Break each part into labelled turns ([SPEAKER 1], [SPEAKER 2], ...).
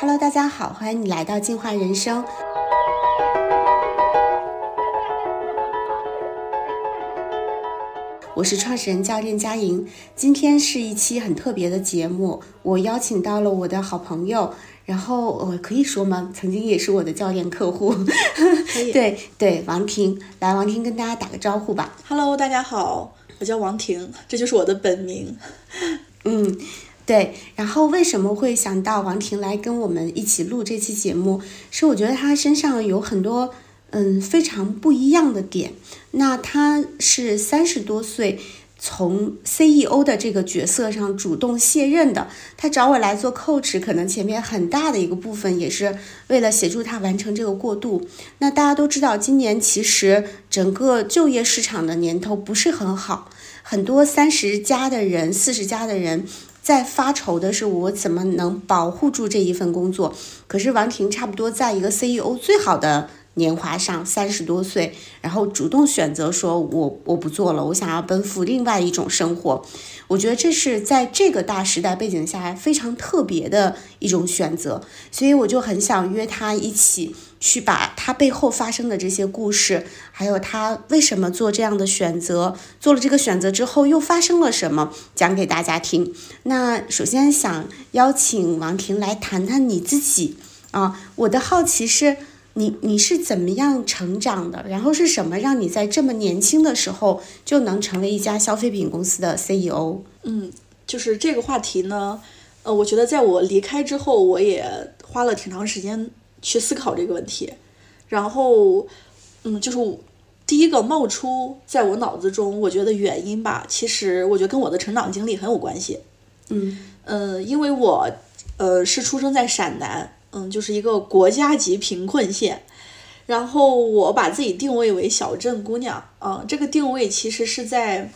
[SPEAKER 1] Hello，大家好，欢迎你来到进化人生。我是创始人教练佳莹，今天是一期很特别的节目，我邀请到了我的好朋友，然后呃，可以说吗？曾经也是我的教练客户，
[SPEAKER 2] 可以
[SPEAKER 1] 对对，王婷，来，王婷跟大家打个招呼吧。
[SPEAKER 2] Hello，大家好，我叫王婷，这就是我的本名。
[SPEAKER 1] 嗯，对。然后为什么会想到王婷来跟我们一起录这期节目？是我觉得她身上有很多嗯非常不一样的点。那她是三十多岁。从 CEO 的这个角色上主动卸任的，她找我来做 coach，可能前面很大的一个部分也是为了协助她完成这个过渡。那大家都知道，今年其实整个就业市场的年头不是很好，很多三十加的人、四十加的人在发愁的是我怎么能保护住这一份工作。可是王婷差不多在一个 CEO 最好的年华上，三十多岁，然后主动选择说我我不做了，我想要奔赴另外一种生活。我觉得这是在这个大时代背景下非常特别的一种选择，所以我就很想约她一起去把她背后发生的这些故事，还有她为什么做这样的选择，做了这个选择之后又发生了什么，讲给大家听。那首先想邀请王婷来谈谈你自己啊，我的好奇是你你是怎么样成长的，然后是什么让你在这么年轻的时候就能成为一家消费品公司的 E CEO？
[SPEAKER 2] 嗯，就是这个话题呢，呃，我觉得在我离开之后，我也花了挺长时间去思考这个问题。然后，嗯，就是第一个冒出在我脑子中，我觉得原因吧，其实我觉得跟我的成长经历很有关系。
[SPEAKER 1] 嗯
[SPEAKER 2] 呃，因为我呃是出生在陕南，嗯，就是一个国家级贫困县。然后我把自己定位为小镇姑娘，啊、这个定位其实是在，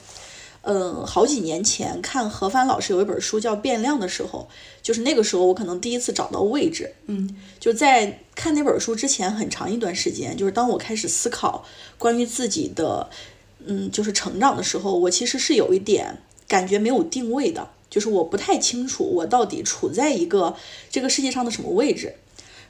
[SPEAKER 2] 嗯，好几年前看何帆老师有一本书叫《变量》的时候，就是那个时候我可能第一次找到位置，
[SPEAKER 1] 嗯
[SPEAKER 2] 就在看那本书之前很长一段时间，就是当我开始思考关于自己的，嗯，就是成长的时候，我其实是有一点感觉没有定位的，就是我不太清楚我到底处在一个这个世界上的什么位置。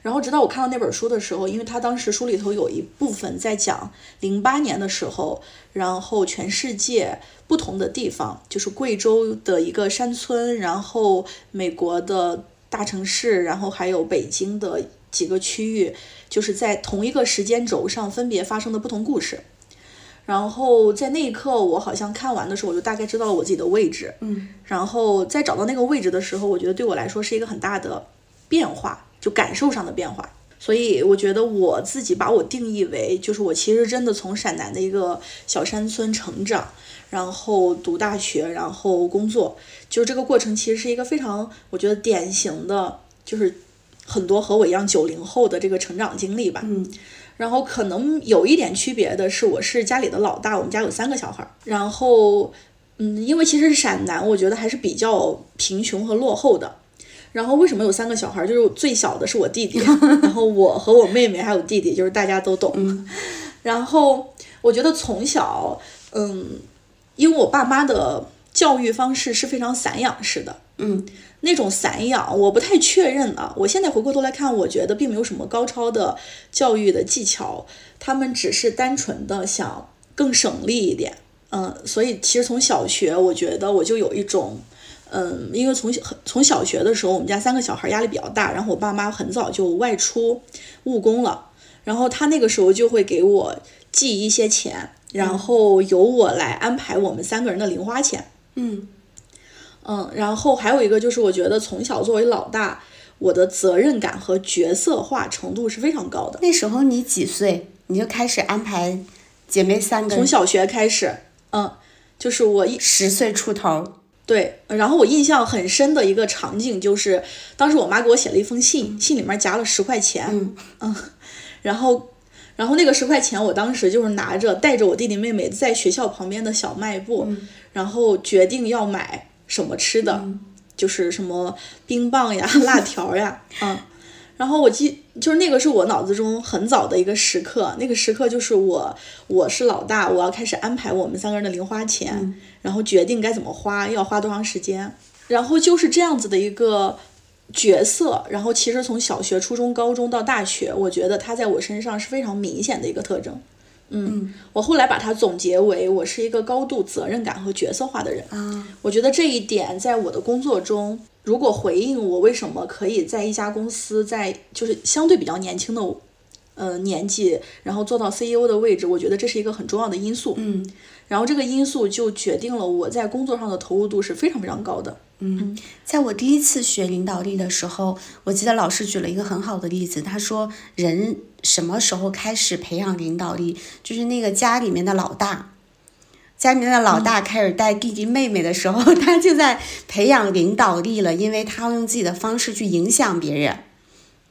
[SPEAKER 2] 然后直到我看到那本书的时候，因为他当时书里头有一部分在讲零八年的时候，然后全世界不同的地方，就是贵州的一个山村，然后美国的大城市，然后还有北京的几个区域，就是在同一个时间轴上分别发生的不同故事。然后在那一刻，我好像看完的时候，我就大概知道了我自己的位置。
[SPEAKER 1] 嗯
[SPEAKER 2] 然后在找到那个位置的时候，我觉得对我来说是一个很大的变化，就感受上的变化。所以我觉得我自己把我定义为，就是我其实真的从陕南的一个小山村成长，然后读大学，然后工作，就是这个过程其实是一个非常我觉得典型的，就是很多和我一样九零后的这个成长经历吧。
[SPEAKER 1] 嗯
[SPEAKER 2] 然后可能有一点区别的是，我是家里的老大，我们家有三个小孩儿。然后，嗯，因为其实陕南我觉得还是比较贫穷和落后的。然后为什么有三个小孩儿？就是最小的是我弟弟，然后我和我妹妹还有弟弟，就是大家都懂。然后我觉得从小，嗯，因为我爸妈的教育方式是非常散养式的，
[SPEAKER 1] 嗯
[SPEAKER 2] 那种散养，我不太确认啊。我现在回过头来看，我觉得并没有什么高超的教育的技巧，他们只是单纯的想更省力一点。嗯，所以其实从小学，我觉得我就有一种，嗯，因为从小从小学的时候，我们家三个小孩压力比较大，然后我爸妈很早就外出务工了，然后他那个时候就会给我寄一些钱，然后由我来安排我们三个人的零花钱。
[SPEAKER 1] 嗯
[SPEAKER 2] 嗯，然后还有一个就是，我觉得从小作为老大，我的责任感和角色化程度是非常高的。
[SPEAKER 1] 那时候你几岁？你就开始安排姐妹三个人，
[SPEAKER 2] 从小学开始，嗯，就是我一
[SPEAKER 1] 十岁出头。
[SPEAKER 2] 对，然后我印象很深的一个场景就是，当时我妈给我写了一封信，信里面夹了十块钱，
[SPEAKER 1] 嗯
[SPEAKER 2] 然后，然后那个十块钱，我当时就是拿着，带着我弟弟妹妹在学校旁边的小卖部，然后决定要买什么吃的，就是什么冰棒呀、 辣条呀，嗯。然后我记，就是那个是我脑子中很早的一个时刻，那个时刻就是我我是老大，我要开始安排我们三个人的零花钱，然后决定该怎么花，要花多长时间，然后就是这样子的一个角色，然后其实从小学、初中、高中到大学，我觉得它在我身上是非常明显的一个特征。
[SPEAKER 1] 嗯，
[SPEAKER 2] 我后来把它总结为，我是一个高度责任感和角色化的人。
[SPEAKER 1] 啊，
[SPEAKER 2] 我觉得这一点在我的工作中，如果回应我为什么可以在一家公司，在就是相对比较年轻的呃年纪，然后做到 CEO 的位置，我觉得这是一个很重要的因素。
[SPEAKER 1] 嗯
[SPEAKER 2] 然后这个因素就决定了我在工作上的投入度是非常非常高的。
[SPEAKER 1] 嗯，在我第一次学领导力的时候，我记得老师举了一个很好的例子，他说人什么时候开始培养领导力，就是那个家里面的老大。家里面的老大开始带弟弟妹妹的时候， 他就在培养领导力了，因为他要用自己的方式去影响别人。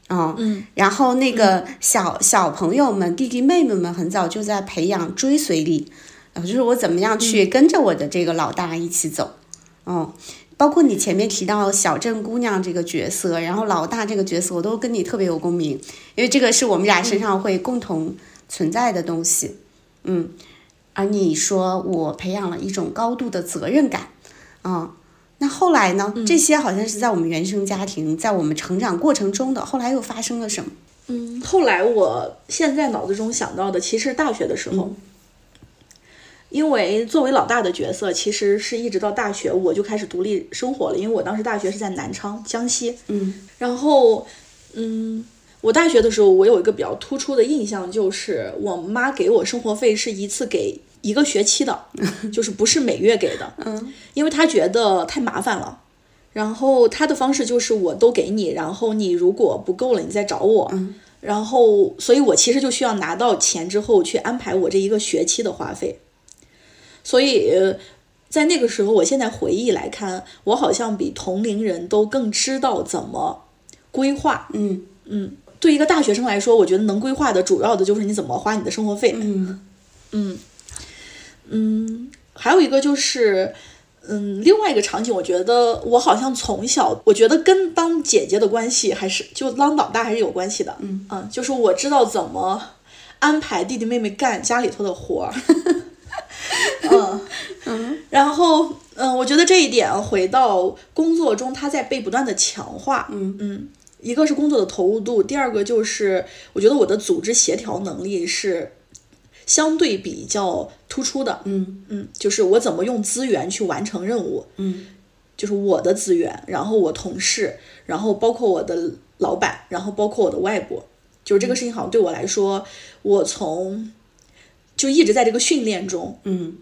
[SPEAKER 1] 哦，
[SPEAKER 2] 嗯，
[SPEAKER 1] 然后那个小、小朋友们、弟弟妹妹们很早就在培养追随力，呃，就是我怎么样去跟着我的这个老大一起走。哦，包括你前面提到小镇姑娘这个角色，然后老大这个角色，我都跟你特别有共鸣，因为这个是我们俩身上会共同存在的东西。嗯，而你说我培养了一种高度的责任感，啊、那后来呢？这些好像是在我们原生家庭，在我们成长过程中的，后来又发生了什么？
[SPEAKER 2] 嗯，后来我现在脑子中想到的，其实是大学的时候，因为作为老大的角色，其实是一直到大学我就开始独立生活了，因为我当时大学是在南昌，江西。
[SPEAKER 1] 嗯
[SPEAKER 2] 然后，嗯，我大学的时候，我有一个比较突出的印象，就是我妈给我生活费是一次给一个学期的，就是不是每月给的，
[SPEAKER 1] 嗯
[SPEAKER 2] 因为她觉得太麻烦了。然后她的方式就是我都给你，然后你如果不够了，你再找我。
[SPEAKER 1] 嗯
[SPEAKER 2] 然后，所以我其实就需要拿到钱之后去安排我这一个学期的花费。所以，呃在那个时候，我现在回忆来看，我好像比同龄人都更知道怎么规划。
[SPEAKER 1] 嗯
[SPEAKER 2] 对一个大学生来说，我觉得能规划的主要的就是你怎么花你的生活费。
[SPEAKER 1] 嗯
[SPEAKER 2] 还有一个就是，嗯，另外一个场景，我觉得我好像从小，我觉得跟当姐姐的关系还是就当老大还是有关系的。
[SPEAKER 1] 嗯
[SPEAKER 2] 就是我知道怎么安排弟弟妹妹干家里头的活 儿。嗯，
[SPEAKER 1] 嗯
[SPEAKER 2] 然后嗯，我觉得这一点回到工作中，它在被不断的强化。
[SPEAKER 1] 嗯
[SPEAKER 2] 嗯，一个是工作的投入度，第二个就是我觉得我的组织协调能力是相对比较突出的。
[SPEAKER 1] 嗯
[SPEAKER 2] 嗯，就是我怎么用资源去完成任务，
[SPEAKER 1] 嗯
[SPEAKER 2] 就是我的资源，然后我同事，然后包括我的老板，然后包括我的外部，就是这个事情好像对我来说，我从就一直在这个训练中，
[SPEAKER 1] 嗯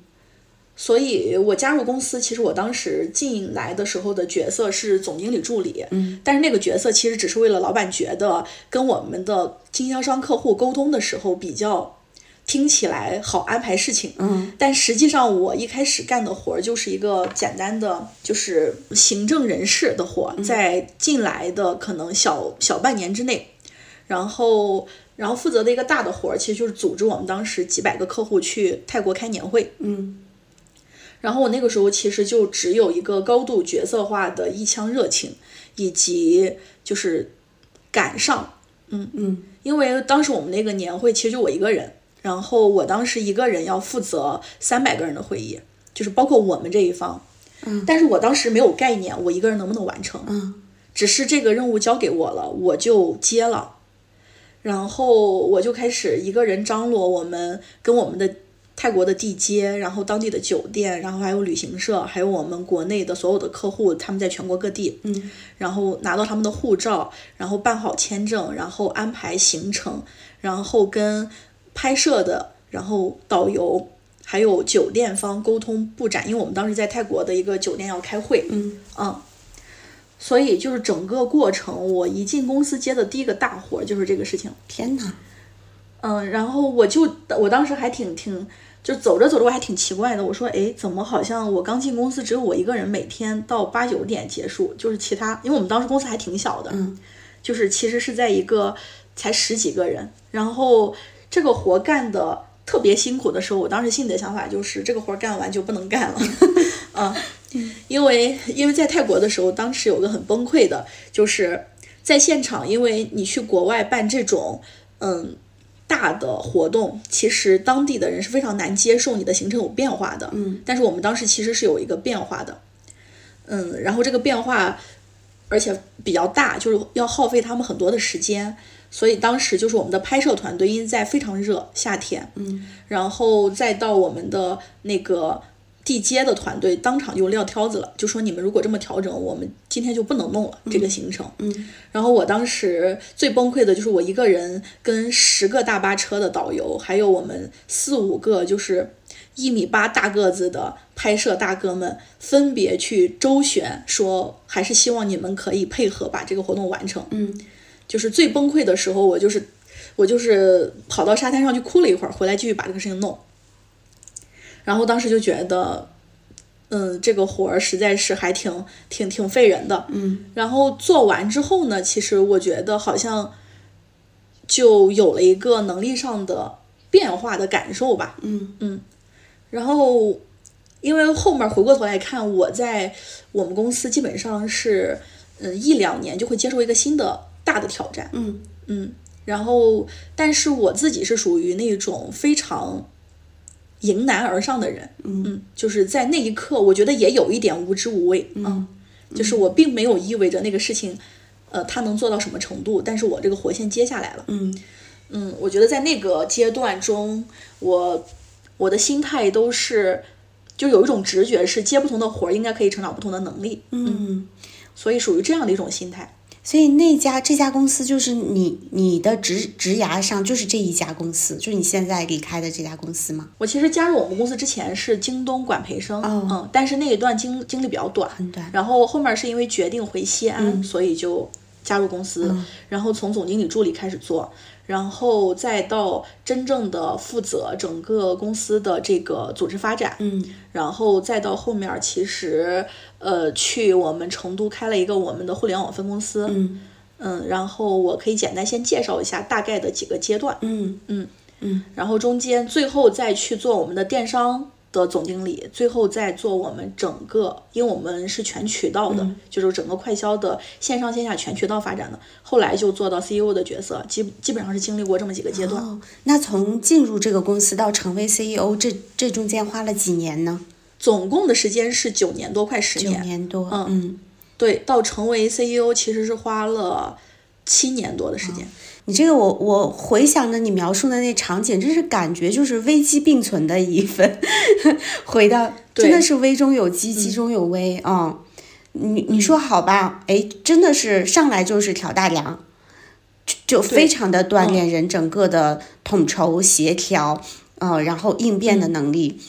[SPEAKER 2] 所以我加入公司，其实我当时进来的时候的角色是总经理助理，
[SPEAKER 1] 嗯，
[SPEAKER 2] 但是那个角色其实只是为了老板觉得跟我们的经销商客户沟通的时候比较听起来好安排事情，
[SPEAKER 1] 嗯
[SPEAKER 2] 但实际上，我一开始干的活儿就是一个简单的，就是行政人事的活
[SPEAKER 1] 嗯
[SPEAKER 2] 儿，在进来的可能小小半年之内，然后然后负责的一个大的活儿，其实就是组织我们当时几百个客户去泰国开年会。
[SPEAKER 1] 嗯
[SPEAKER 2] 然后我那个时候其实就只有一个高度角色化的一腔热情，以及就是赶上
[SPEAKER 1] 嗯
[SPEAKER 2] 因为当时我们那个年会其实就我一个人，然后我当时一个人要负责三百个人的会议，就是包括我们这一方。
[SPEAKER 1] 嗯
[SPEAKER 2] 但是我当时没有概念，我一个人能不能完成，
[SPEAKER 1] 嗯
[SPEAKER 2] 只是这个任务交给我了，我就接了，然后我就开始一个人张罗我们跟我们的泰国的地接，然后当地的酒店，然后还有旅行社，还有我们国内的所有的客户，他们在全国各地，
[SPEAKER 1] 嗯
[SPEAKER 2] 然后拿到他们的护照，然后办好签证，然后安排行程，然后跟拍摄的，然后导游还有酒店方沟通布展，因为我们当时在泰国的一个酒店要开会，
[SPEAKER 1] 嗯
[SPEAKER 2] 嗯，所以就是整个过程，我一进公司接的第一个大活儿就是这个事情，
[SPEAKER 1] 天哪！
[SPEAKER 2] 嗯，然后我就我当时还挺挺，就走着走着我还挺奇怪的，我说，哎，怎么好像我刚进公司只有我一个人，每天到八九点结束，就是其他，因为我们当时公司还挺小的，
[SPEAKER 1] 嗯
[SPEAKER 2] 就是其实是在一个才十几个人，然后这个活干的特别辛苦的时候，我当时心里的想法就是这个活干完就不能干了，啊，因为因为在泰国的时候，当时有个很崩溃的，就是在现场，因为你去国外办这种嗯大的活动，其实当地的人是非常难接受你的行程有变化的，
[SPEAKER 1] 嗯
[SPEAKER 2] 但是我们当时其实是有一个变化的，嗯，然后这个变化而且比较大，就是要耗费他们很多的时间。所以当时就是我们的拍摄团队，因为在非常热夏天，
[SPEAKER 1] 嗯，
[SPEAKER 2] 然后再到我们的那个地接的团队，当场就撂挑子了，就说你们如果这么调整，我们今天就不能弄了、这个行程。
[SPEAKER 1] 嗯
[SPEAKER 2] 然后我当时最崩溃的就是我一个人跟十个大巴车的导游，还有我们四五个就是一米八大个子的拍摄大哥们，分别去周旋，说还是希望你们可以配合把这个活动完成。
[SPEAKER 1] 嗯，
[SPEAKER 2] 就是最崩溃的时候，我就是我就是跑到沙滩上去哭了一会儿，回来继续把这个事情弄。然后当时就觉得，嗯，这个活儿实在是还挺挺挺费人的。
[SPEAKER 1] 嗯
[SPEAKER 2] 然后做完之后呢，其实我觉得好像就有了一个能力上的变化的感受吧。
[SPEAKER 1] 嗯
[SPEAKER 2] 然后，因为后面回过头来看，我在我们公司基本上是，嗯，一两年就会接受一个新的大的挑战。
[SPEAKER 1] 嗯
[SPEAKER 2] 嗯，然后，但是我自己是属于那种非常迎难而上的人。
[SPEAKER 1] 嗯
[SPEAKER 2] 嗯，就是在那一刻，我觉得也有一点无知无畏。
[SPEAKER 1] 嗯，
[SPEAKER 2] 就是我并没有意味着那个事情，呃，他能做到什么程度，但是我这个活线接下来了。
[SPEAKER 1] 嗯
[SPEAKER 2] 嗯，我觉得在那个阶段中，我我的心态都是，就有一种直觉是接不同的活儿应该可以成长不同的能力，
[SPEAKER 1] 嗯，
[SPEAKER 2] 所以属于这样的一种心态。
[SPEAKER 1] 所以那家这家公司就是你你的职职涯上就是这一家公司，就是你现在离开的这家公司吗？
[SPEAKER 2] 我其实加入我们公司之前是京东管培生，
[SPEAKER 1] 哦
[SPEAKER 2] 嗯，但是那一段经经历比较短，
[SPEAKER 1] 很短。
[SPEAKER 2] 然后后面是因为决定回西安，所以就加入公司，然后从总经理助理开始做，然后再到真正的负责整个公司的这个组织发展，
[SPEAKER 1] 嗯
[SPEAKER 2] 然后再到后面，其实呃，去我们成都开了一个我们的互联网分公司，嗯
[SPEAKER 1] 嗯
[SPEAKER 2] 然后我可以简单先介绍一下大概的几个阶段，
[SPEAKER 1] 嗯
[SPEAKER 2] 嗯
[SPEAKER 1] 嗯
[SPEAKER 2] 然后中间最后再去做我们的电商的总经理，最后再做我们整个，因为我们是全渠道的，
[SPEAKER 1] 嗯
[SPEAKER 2] 就是整个快销的线上线下全渠道发展的，后来就做到 CEO 的角色，基基本上是经历过这么几个阶段，
[SPEAKER 1] 哦，那从进入这个公司到成为 CEO，这这中间花了几年呢？
[SPEAKER 2] 总共的时间是九年多，快十
[SPEAKER 1] 九年多。嗯，
[SPEAKER 2] 对，到成为 CEO 其实是花了七年多的时间。
[SPEAKER 1] 你这个我我回想着你描述的那场景，真是感觉就是危机并存的一份， 回到真的是危中有机，机中有危啊、嗯你你说好吧？哎，真的是上来就是挑大梁，就就非常的锻炼人整个的统筹协调，呃，然后应变的能力。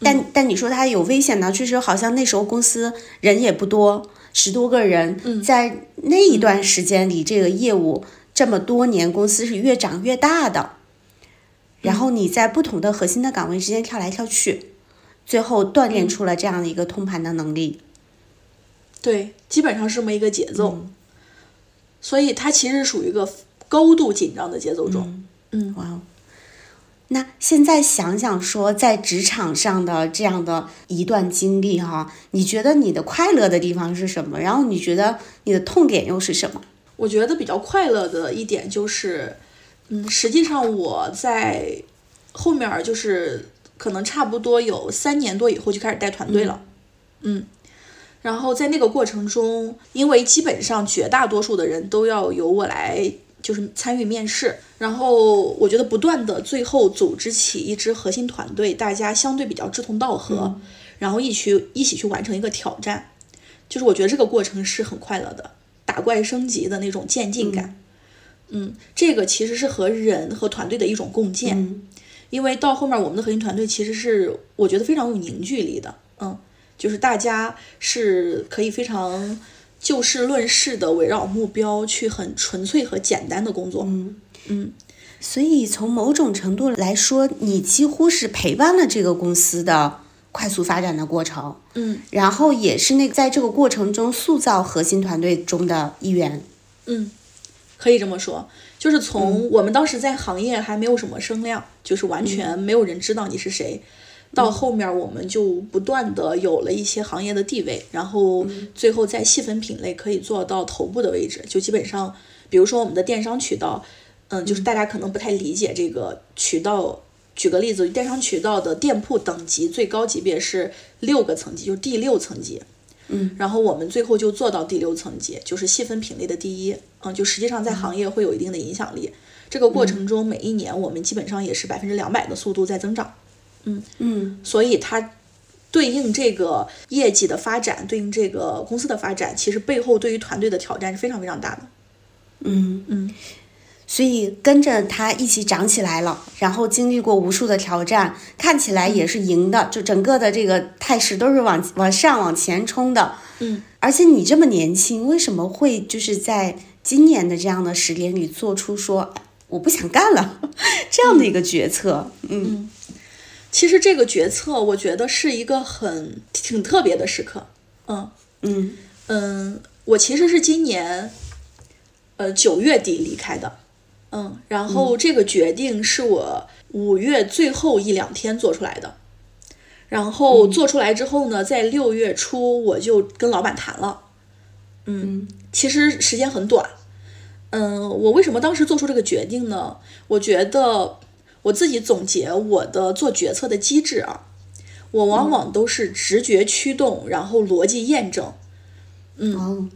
[SPEAKER 1] 但但你说它有危险呢？确实，好像那时候公司人也不多，十多个人，在那一段时间里，这个业务这么多年，公司是越长越大的。然后你在不同的核心的岗位之间跳来跳去，最后锻炼出了这样的一个通盘的能力。
[SPEAKER 2] 对，基本上是这么一个节奏。
[SPEAKER 1] 嗯
[SPEAKER 2] 所以它其实属于一个高度紧张的节
[SPEAKER 1] 嗯
[SPEAKER 2] 奏中。
[SPEAKER 1] 哇哦！那现在想想说，在职场上的这样的一段经历哈、你觉得你的快乐的地方是什么？然后你觉得你的痛点又是什么？
[SPEAKER 2] 我觉得比较快乐的一点就是，嗯，实际上我在后面儿就是可能差不多有三年多以后就开始带团队了，嗯。然后在那个过程中，因为基本上绝大多数的人都要由我来，就是参与面试。然后我觉得不断的最后组织起一支核心团队，大家相对比较志同道合，然后一起一起去完成一个挑战。就是我觉得这个过程是很快乐的，打怪升级的那种渐进感。嗯这个其实是和人和团队的一种共建，因为到后面我们的核心团队其实是我觉得非常有凝聚力的。嗯，就是大家是可以非常就事论事的，围绕目标去很纯粹和简单的工作。嗯
[SPEAKER 1] 所以从某种程度来说，你几乎是陪伴了这个公司的快速发展的过程，
[SPEAKER 2] 嗯
[SPEAKER 1] 然后也是那个在这个过程中塑造核心团队中的一员。
[SPEAKER 2] 嗯，可以这么说，就是从我们当时在行业还没有什么声量，就是完全没有人知道你是谁。到后面我们就不断的有了一些行业的地位，然后最后再细分品类可以做到头部的位置，就基本上，比如说我们的电商渠道，嗯，就是大家可能不太理解这个渠道。举个例子，电商渠道的店铺等级最高级别是六个层级，就是第六层级。
[SPEAKER 1] 嗯，
[SPEAKER 2] 然后我们最后就做到第六层级，就是细分品类的第一，嗯，就实际上在行业会有一定的影响力。这个过程中，每一年我们基本上也是百分之两百的速度在增长，
[SPEAKER 1] 嗯
[SPEAKER 2] 所以它对应这个业绩的发展，对应这个公司的发展，其实背后对于团队的挑战是非常非常大的。
[SPEAKER 1] 嗯
[SPEAKER 2] 嗯，
[SPEAKER 1] 所以跟着他一起长起来了，然后经历过无数的挑战，看起来也是赢的，就整个的这个态势都是往往上往前冲的。
[SPEAKER 2] 嗯，
[SPEAKER 1] 而且你这么年轻，为什么会就是在今年的这样的十年里做出说哎我不想干了 这样的一个决策？嗯
[SPEAKER 2] 其实这个决策，我觉得是一个很挺特别的时刻。嗯
[SPEAKER 1] 嗯
[SPEAKER 2] 嗯，我其实是今年，呃九月底离开的。嗯，然后这个决定是我五月最后一两天做出来的。然后做出来之后呢，在六月初我就跟老板谈了。
[SPEAKER 1] 嗯
[SPEAKER 2] 其实时间很短。嗯，我为什么当时做出这个决定呢？我觉得我自己总结我的做决策的机制啊，我往往都是直觉驱动，然后逻辑验证。
[SPEAKER 1] 哦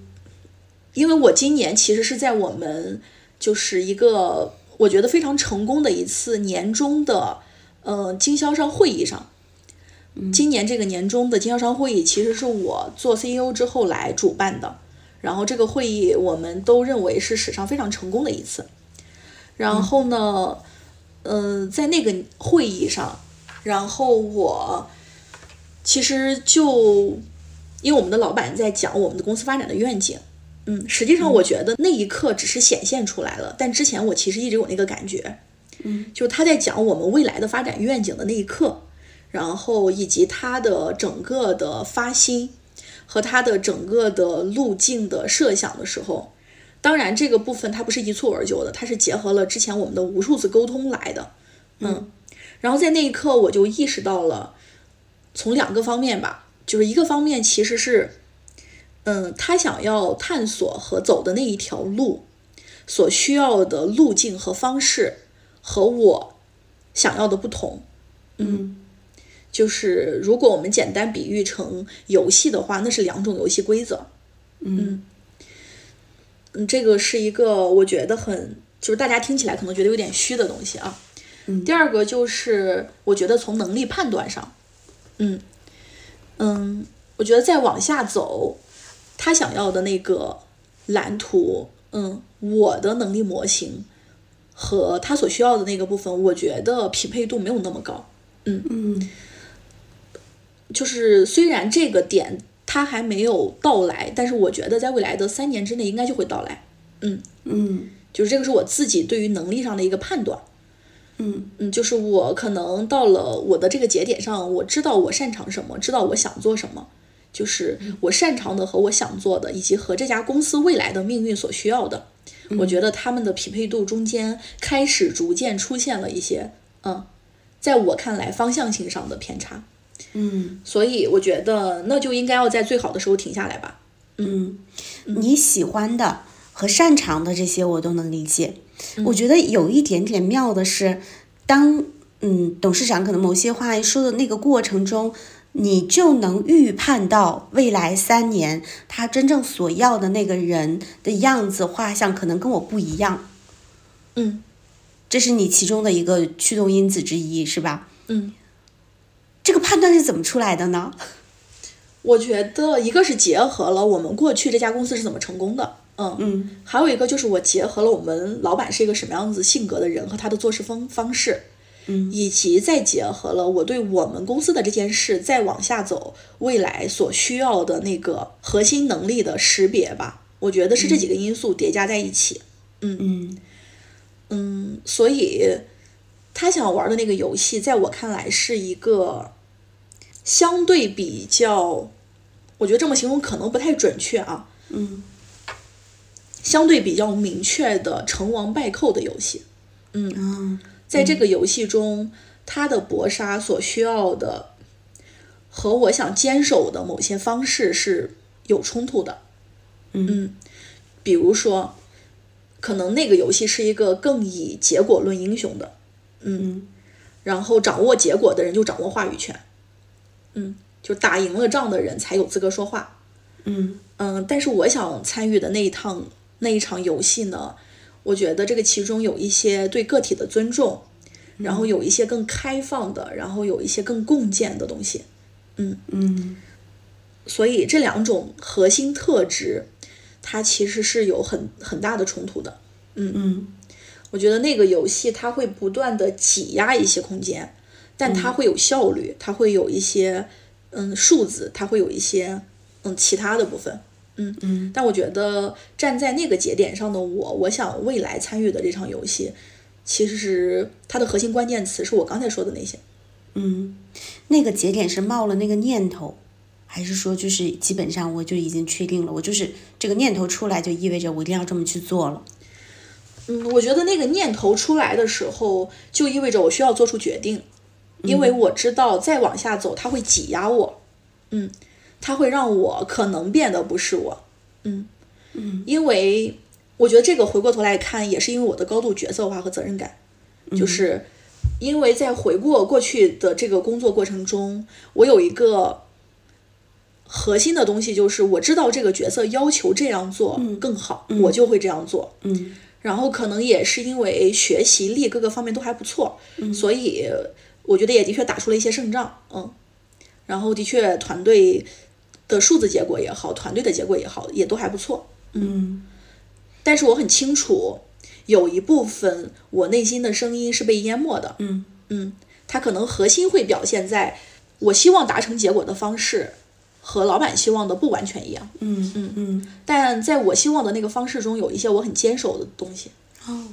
[SPEAKER 2] 因为我今年其实是在我们就是一个我觉得非常成功的一次年终的呃经销商会议上。今年这个年终的经销商会议其实是我做 CEO 之后来主办的，然后这个会议我们都认为是史上非常成功的一次。然后呢，嗯、在那个会议上，然后我其实就因为我们的老板在讲我们的公司发展的愿景，嗯，实际上我觉得那一刻只是显现出来了，但之前我其实一直有那个感觉，
[SPEAKER 1] 嗯，
[SPEAKER 2] 就是他在讲我们未来的发展愿景的那一刻，然后以及他的整个的发心和他的整个的路径的设想的时候，当然这个部分它不是一蹴而就的，它是结合了之前我们的无数次沟通来的，嗯，然后在那一刻我就意识到了，从两个方面吧，就是一个方面其实是。嗯，他想要探索和走的那一条路，所需要的路径和方式和我想要的不同。
[SPEAKER 1] 嗯
[SPEAKER 2] 就是如果我们简单比喻成游戏的话，那是两种游戏规则。
[SPEAKER 1] 嗯
[SPEAKER 2] 嗯，这个是一个我觉得很，就是大家听起来可能觉得有点虚的东西啊。
[SPEAKER 1] 嗯
[SPEAKER 2] 第二个就是我觉得从能力判断上，嗯嗯，我觉得再往下走，他想要的那个蓝图，嗯，我的能力模型和他所需要的那个部分，我觉得匹配度没有那么高。
[SPEAKER 1] 嗯
[SPEAKER 2] 就是虽然这个点它还没有到来，但是我觉得在未来的三年之内应该就会到来。
[SPEAKER 1] 嗯
[SPEAKER 2] 就是这个是我自己对于能力上的一个判断。
[SPEAKER 1] 嗯
[SPEAKER 2] 嗯，就是我可能到了我的这个节点上，我知道我擅长什么，知道我想做什么，就是我擅长的和我想做的，以及和这家公司未来的命运所需要的，我觉得他们的匹配度中间开始逐渐出现了一些，嗯，在我看来方向性上的偏差，
[SPEAKER 1] 嗯
[SPEAKER 2] 所以我觉得那就应该要在最好的时候停下来吧。
[SPEAKER 1] 嗯，你喜欢的和擅长的这些我都能理解。我觉得有一点点妙的是，当嗯董事长可能某些话说的那个过程中，你就能预判到未来三年他真正所要的那个人的样子画像，可能跟我不一样。
[SPEAKER 2] 嗯
[SPEAKER 1] 这是你其中的一个驱动因子之一，是吧？
[SPEAKER 2] 嗯，
[SPEAKER 1] 这个判断是怎么出来的呢？
[SPEAKER 2] 我觉得一个是结合了我们过去这家公司是怎么成功的，嗯
[SPEAKER 1] 嗯
[SPEAKER 2] 还有一个就是我结合了我们老板是一个什么样子性格的人和他的做事方方式，
[SPEAKER 1] 嗯
[SPEAKER 2] 以及再结合了我对我们公司的这件事再往下走未来所需要的那个核心能力的识别吧。我觉得是这几个因素叠加在一起，
[SPEAKER 1] 嗯
[SPEAKER 2] 嗯，所以他想玩的那个游戏，在我看来是一个相对比较，我觉得这么形容可能不太准确啊，
[SPEAKER 1] 嗯
[SPEAKER 2] 相对比较明确的成王败寇的游戏。
[SPEAKER 1] 嗯
[SPEAKER 2] 在这个游戏中，它的搏杀所需要的和我想坚守的某些方式是有冲突的。
[SPEAKER 1] 嗯
[SPEAKER 2] 比如说，可能那个游戏是一个更以结果论英雄的，
[SPEAKER 1] 嗯
[SPEAKER 2] 然后掌握结果的人就掌握话语权，嗯，就打赢了仗的人才有资格说话，
[SPEAKER 1] 嗯
[SPEAKER 2] 嗯，但是我想参与的那一趟那一场游戏呢，我觉得这个其中有一些对个体的尊重，然后有一些更开放的，然后有一些更共建的东西。
[SPEAKER 1] 嗯
[SPEAKER 2] 所以这两种核心特质，它其实是有很很大的冲突的。
[SPEAKER 1] 嗯
[SPEAKER 2] 我觉得那个游戏它会不断的挤压一些空间，但它会有效率，它会有一些嗯数字，它会有一些嗯其他的部分。
[SPEAKER 1] 嗯
[SPEAKER 2] 但我觉得站在那个节点上的我，我想未来参与的这场游戏，其实它的核心关键词是我刚才说的那些。
[SPEAKER 1] 嗯，那个节点是冒了那个念头，还是说就是基本上我就已经确定了，我就是这个念头出来就意味着我一定要这么去做了。
[SPEAKER 2] 嗯，我觉得那个念头出来的时候，就意味着我需要做出决定，因为我知道再往下走，它会挤压我，嗯，它会让我可能变得不是我，嗯嗯，因为我觉得这个回过头来看，也是因为我的高度角色化和责任感，就是因为在回过过去的这个工作过程中，我有一个。核心的东西就是我知道这个角色要求这样做更好，我就会这样做。
[SPEAKER 1] 嗯
[SPEAKER 2] 然后可能也是因为学习力各个方面都还不错，所以我觉得也的确打出了一些胜仗，嗯，然后的确团队的数字结果也好，团队的结果也好，也都还不错。
[SPEAKER 1] 嗯
[SPEAKER 2] 但是我很清楚，有一部分我内心的声音是被淹没的，
[SPEAKER 1] 嗯
[SPEAKER 2] 嗯，它可能核心会表现在我希望达成结果的方式和老板希望的不完全一样，
[SPEAKER 1] 嗯嗯嗯
[SPEAKER 2] 但在我希望的那个方式中，有一些我很坚守的东西，
[SPEAKER 1] 哦，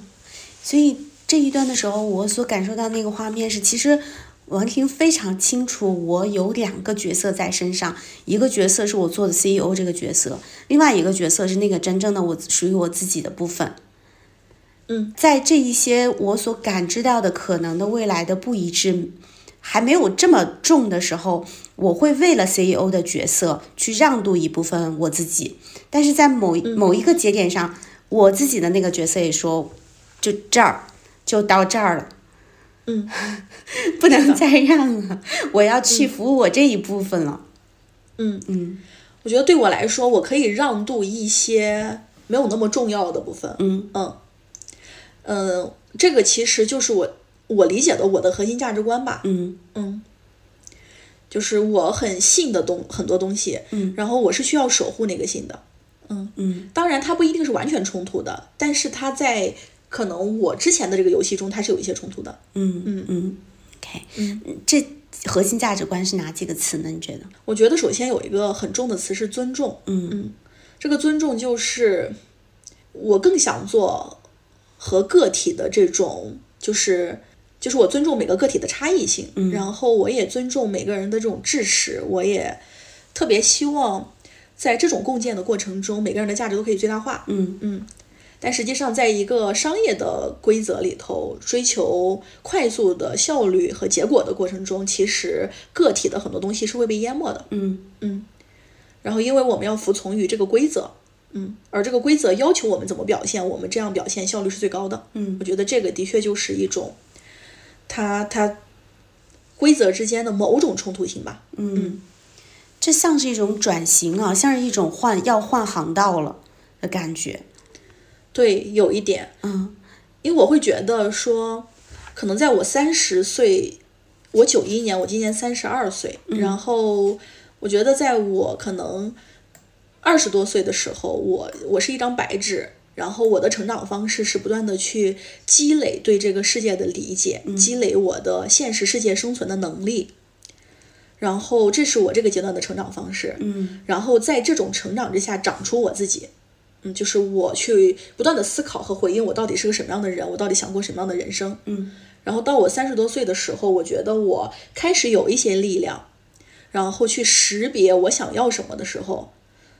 [SPEAKER 1] 所以这一段的时候，我所感受到那个画面是，其实王婷非常清楚，我有两个角色在身上，一个角色是我做的 CEO 这个角色，另外一个角色是那个真正的我属于我自己的部分。
[SPEAKER 2] 嗯，
[SPEAKER 1] 在这一些我所感知到的可能的未来的不一致，还没有这么重的时候，我会为了 CEO 的角色去让渡一部分我自己，但是在某某一个节点上，我自己的那个角色也说，就这儿，就到这儿了。
[SPEAKER 2] 嗯，
[SPEAKER 1] 不能再让了，我要去服务我这一部分了。
[SPEAKER 2] 嗯
[SPEAKER 1] 嗯
[SPEAKER 2] 我觉得对我来说，我可以让渡一些没有那么重要的部分。
[SPEAKER 1] 嗯
[SPEAKER 2] 嗯嗯，这个其实就是我我理解的我的核心价值观吧。
[SPEAKER 1] 嗯
[SPEAKER 2] 嗯，就是我很信的东很多东西，
[SPEAKER 1] 嗯
[SPEAKER 2] 然后我是需要守护那个信的。
[SPEAKER 1] 嗯
[SPEAKER 2] 当然，它不一定是完全冲突的，但是它在可能我之前的这个游戏中，它是有一些冲突的。
[SPEAKER 1] 嗯嗯嗯，OK，
[SPEAKER 2] 嗯
[SPEAKER 1] 这核心价值观是哪几个词呢？你觉得？
[SPEAKER 2] 我觉得首先有一个很重的词是尊重，
[SPEAKER 1] 嗯
[SPEAKER 2] 这个尊重就是我更想做和个体的这种，就是就是我尊重每个个体的差异性，然后我也尊重每个人的这种知识，我也特别希望在这种共建的过程中，每个人的价值都可以最大化。
[SPEAKER 1] 嗯
[SPEAKER 2] 但实际上，在一个商业的规则里头，追求快速的效率和结果的过程中，其实个体的很多东西是会被淹没的。
[SPEAKER 1] 嗯
[SPEAKER 2] 然后因为我们要服从于这个规则，嗯，而这个规则要求我们怎么表现，我们这样表现效率是最高的。
[SPEAKER 1] 嗯
[SPEAKER 2] 我觉得这个的确就是一种，它它规则之间的某种冲突性吧。
[SPEAKER 1] 嗯，这像是一种转型啊，像是一种换要换航道了的感觉。
[SPEAKER 2] 对，有一点，
[SPEAKER 1] 嗯
[SPEAKER 2] 因为我会觉得说，可能在我三十岁，我九一年，我今年三十二岁，然后我觉得在我可能二十多岁的时候，我我是一张白纸，然后我的成长方式是不断的去积累对这个世界的理解，积累我的现实世界生存的能力。然后，这是我这个阶段的成长方式。
[SPEAKER 1] 嗯
[SPEAKER 2] 然后在这种成长之下长出我自己。嗯，就是我去不断的思考和回应，我到底是个什么样的人，我到底想过什么样的人生。
[SPEAKER 1] 嗯
[SPEAKER 2] 然后到我三十多岁的时候，我觉得我开始有一些力量，然后去识别我想要什么的时候，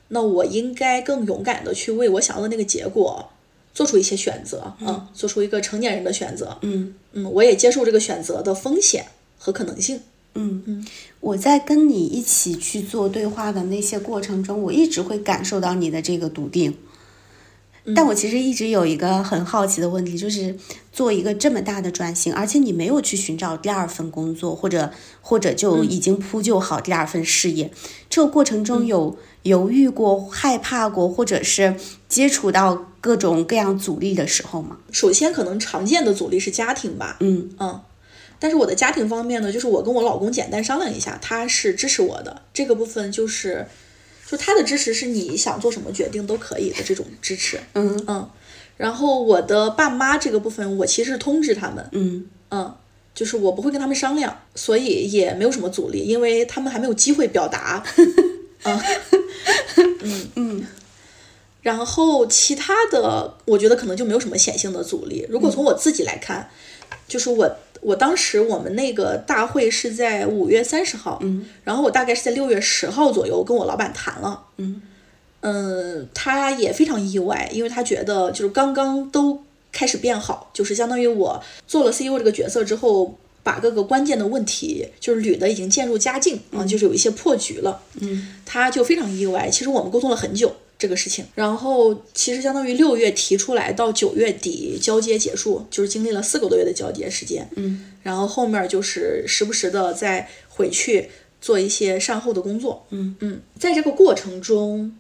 [SPEAKER 2] 那我应该更勇敢的去为我想要的那个结果做出一些选择，嗯，做出一个成年人的选择。
[SPEAKER 1] 嗯
[SPEAKER 2] 嗯，我也接受这个选择的风险和可能性。
[SPEAKER 1] 嗯嗯，我在跟你一起去做对话的那些过程中，我一直会感受到你的这个笃定。但我其实一直有一个很好奇的问题，就是做一个这么大的转型，而且你没有去寻找第二份工作，或者或者就已经铺就好第二份事业，这个过程中有犹豫过、害怕过，或者是接触到各种各样阻力的时候吗？
[SPEAKER 2] 首先，可能常见的阻力是家庭吧，
[SPEAKER 1] 嗯
[SPEAKER 2] 嗯。但是我的家庭方面呢，就是我跟我老公简单商量一下，他是支持我的这个部分，就是就他的支持是你想做什么决定都可以的这种支持，
[SPEAKER 1] 嗯
[SPEAKER 2] 嗯。然后我的爸妈这个部分，我其实是通知他们，
[SPEAKER 1] 嗯
[SPEAKER 2] 嗯，就是我不会跟他们商量，所以也没有什么阻力，因为他们还没有机会表 达。嗯嗯
[SPEAKER 1] 嗯。
[SPEAKER 2] 然后其他的，我觉得可能就没有什么显性的阻力。如果从我自己来看，就是我我当时我们那个大会是在五月三十号，嗯，然后我大概是在六月十号左右跟我老板谈了，
[SPEAKER 1] 嗯
[SPEAKER 2] 嗯，他也非常意外，因为他觉得就是刚刚都开始变好，就是相当于我做了 CEO 这个角色之后，把各个关键的问题就是捋的已经渐入佳境啊、就是有一些破局了。
[SPEAKER 1] 嗯
[SPEAKER 2] 他就非常意外。其实我们沟通了很久这个事情，然后其实相当于六月提出来到九月底交接结束，就是经历了四个多月的交接时间。
[SPEAKER 1] 嗯
[SPEAKER 2] 然后后面就是时不时的再回去做一些善后的工作。
[SPEAKER 1] 嗯
[SPEAKER 2] 嗯，在这个过程中，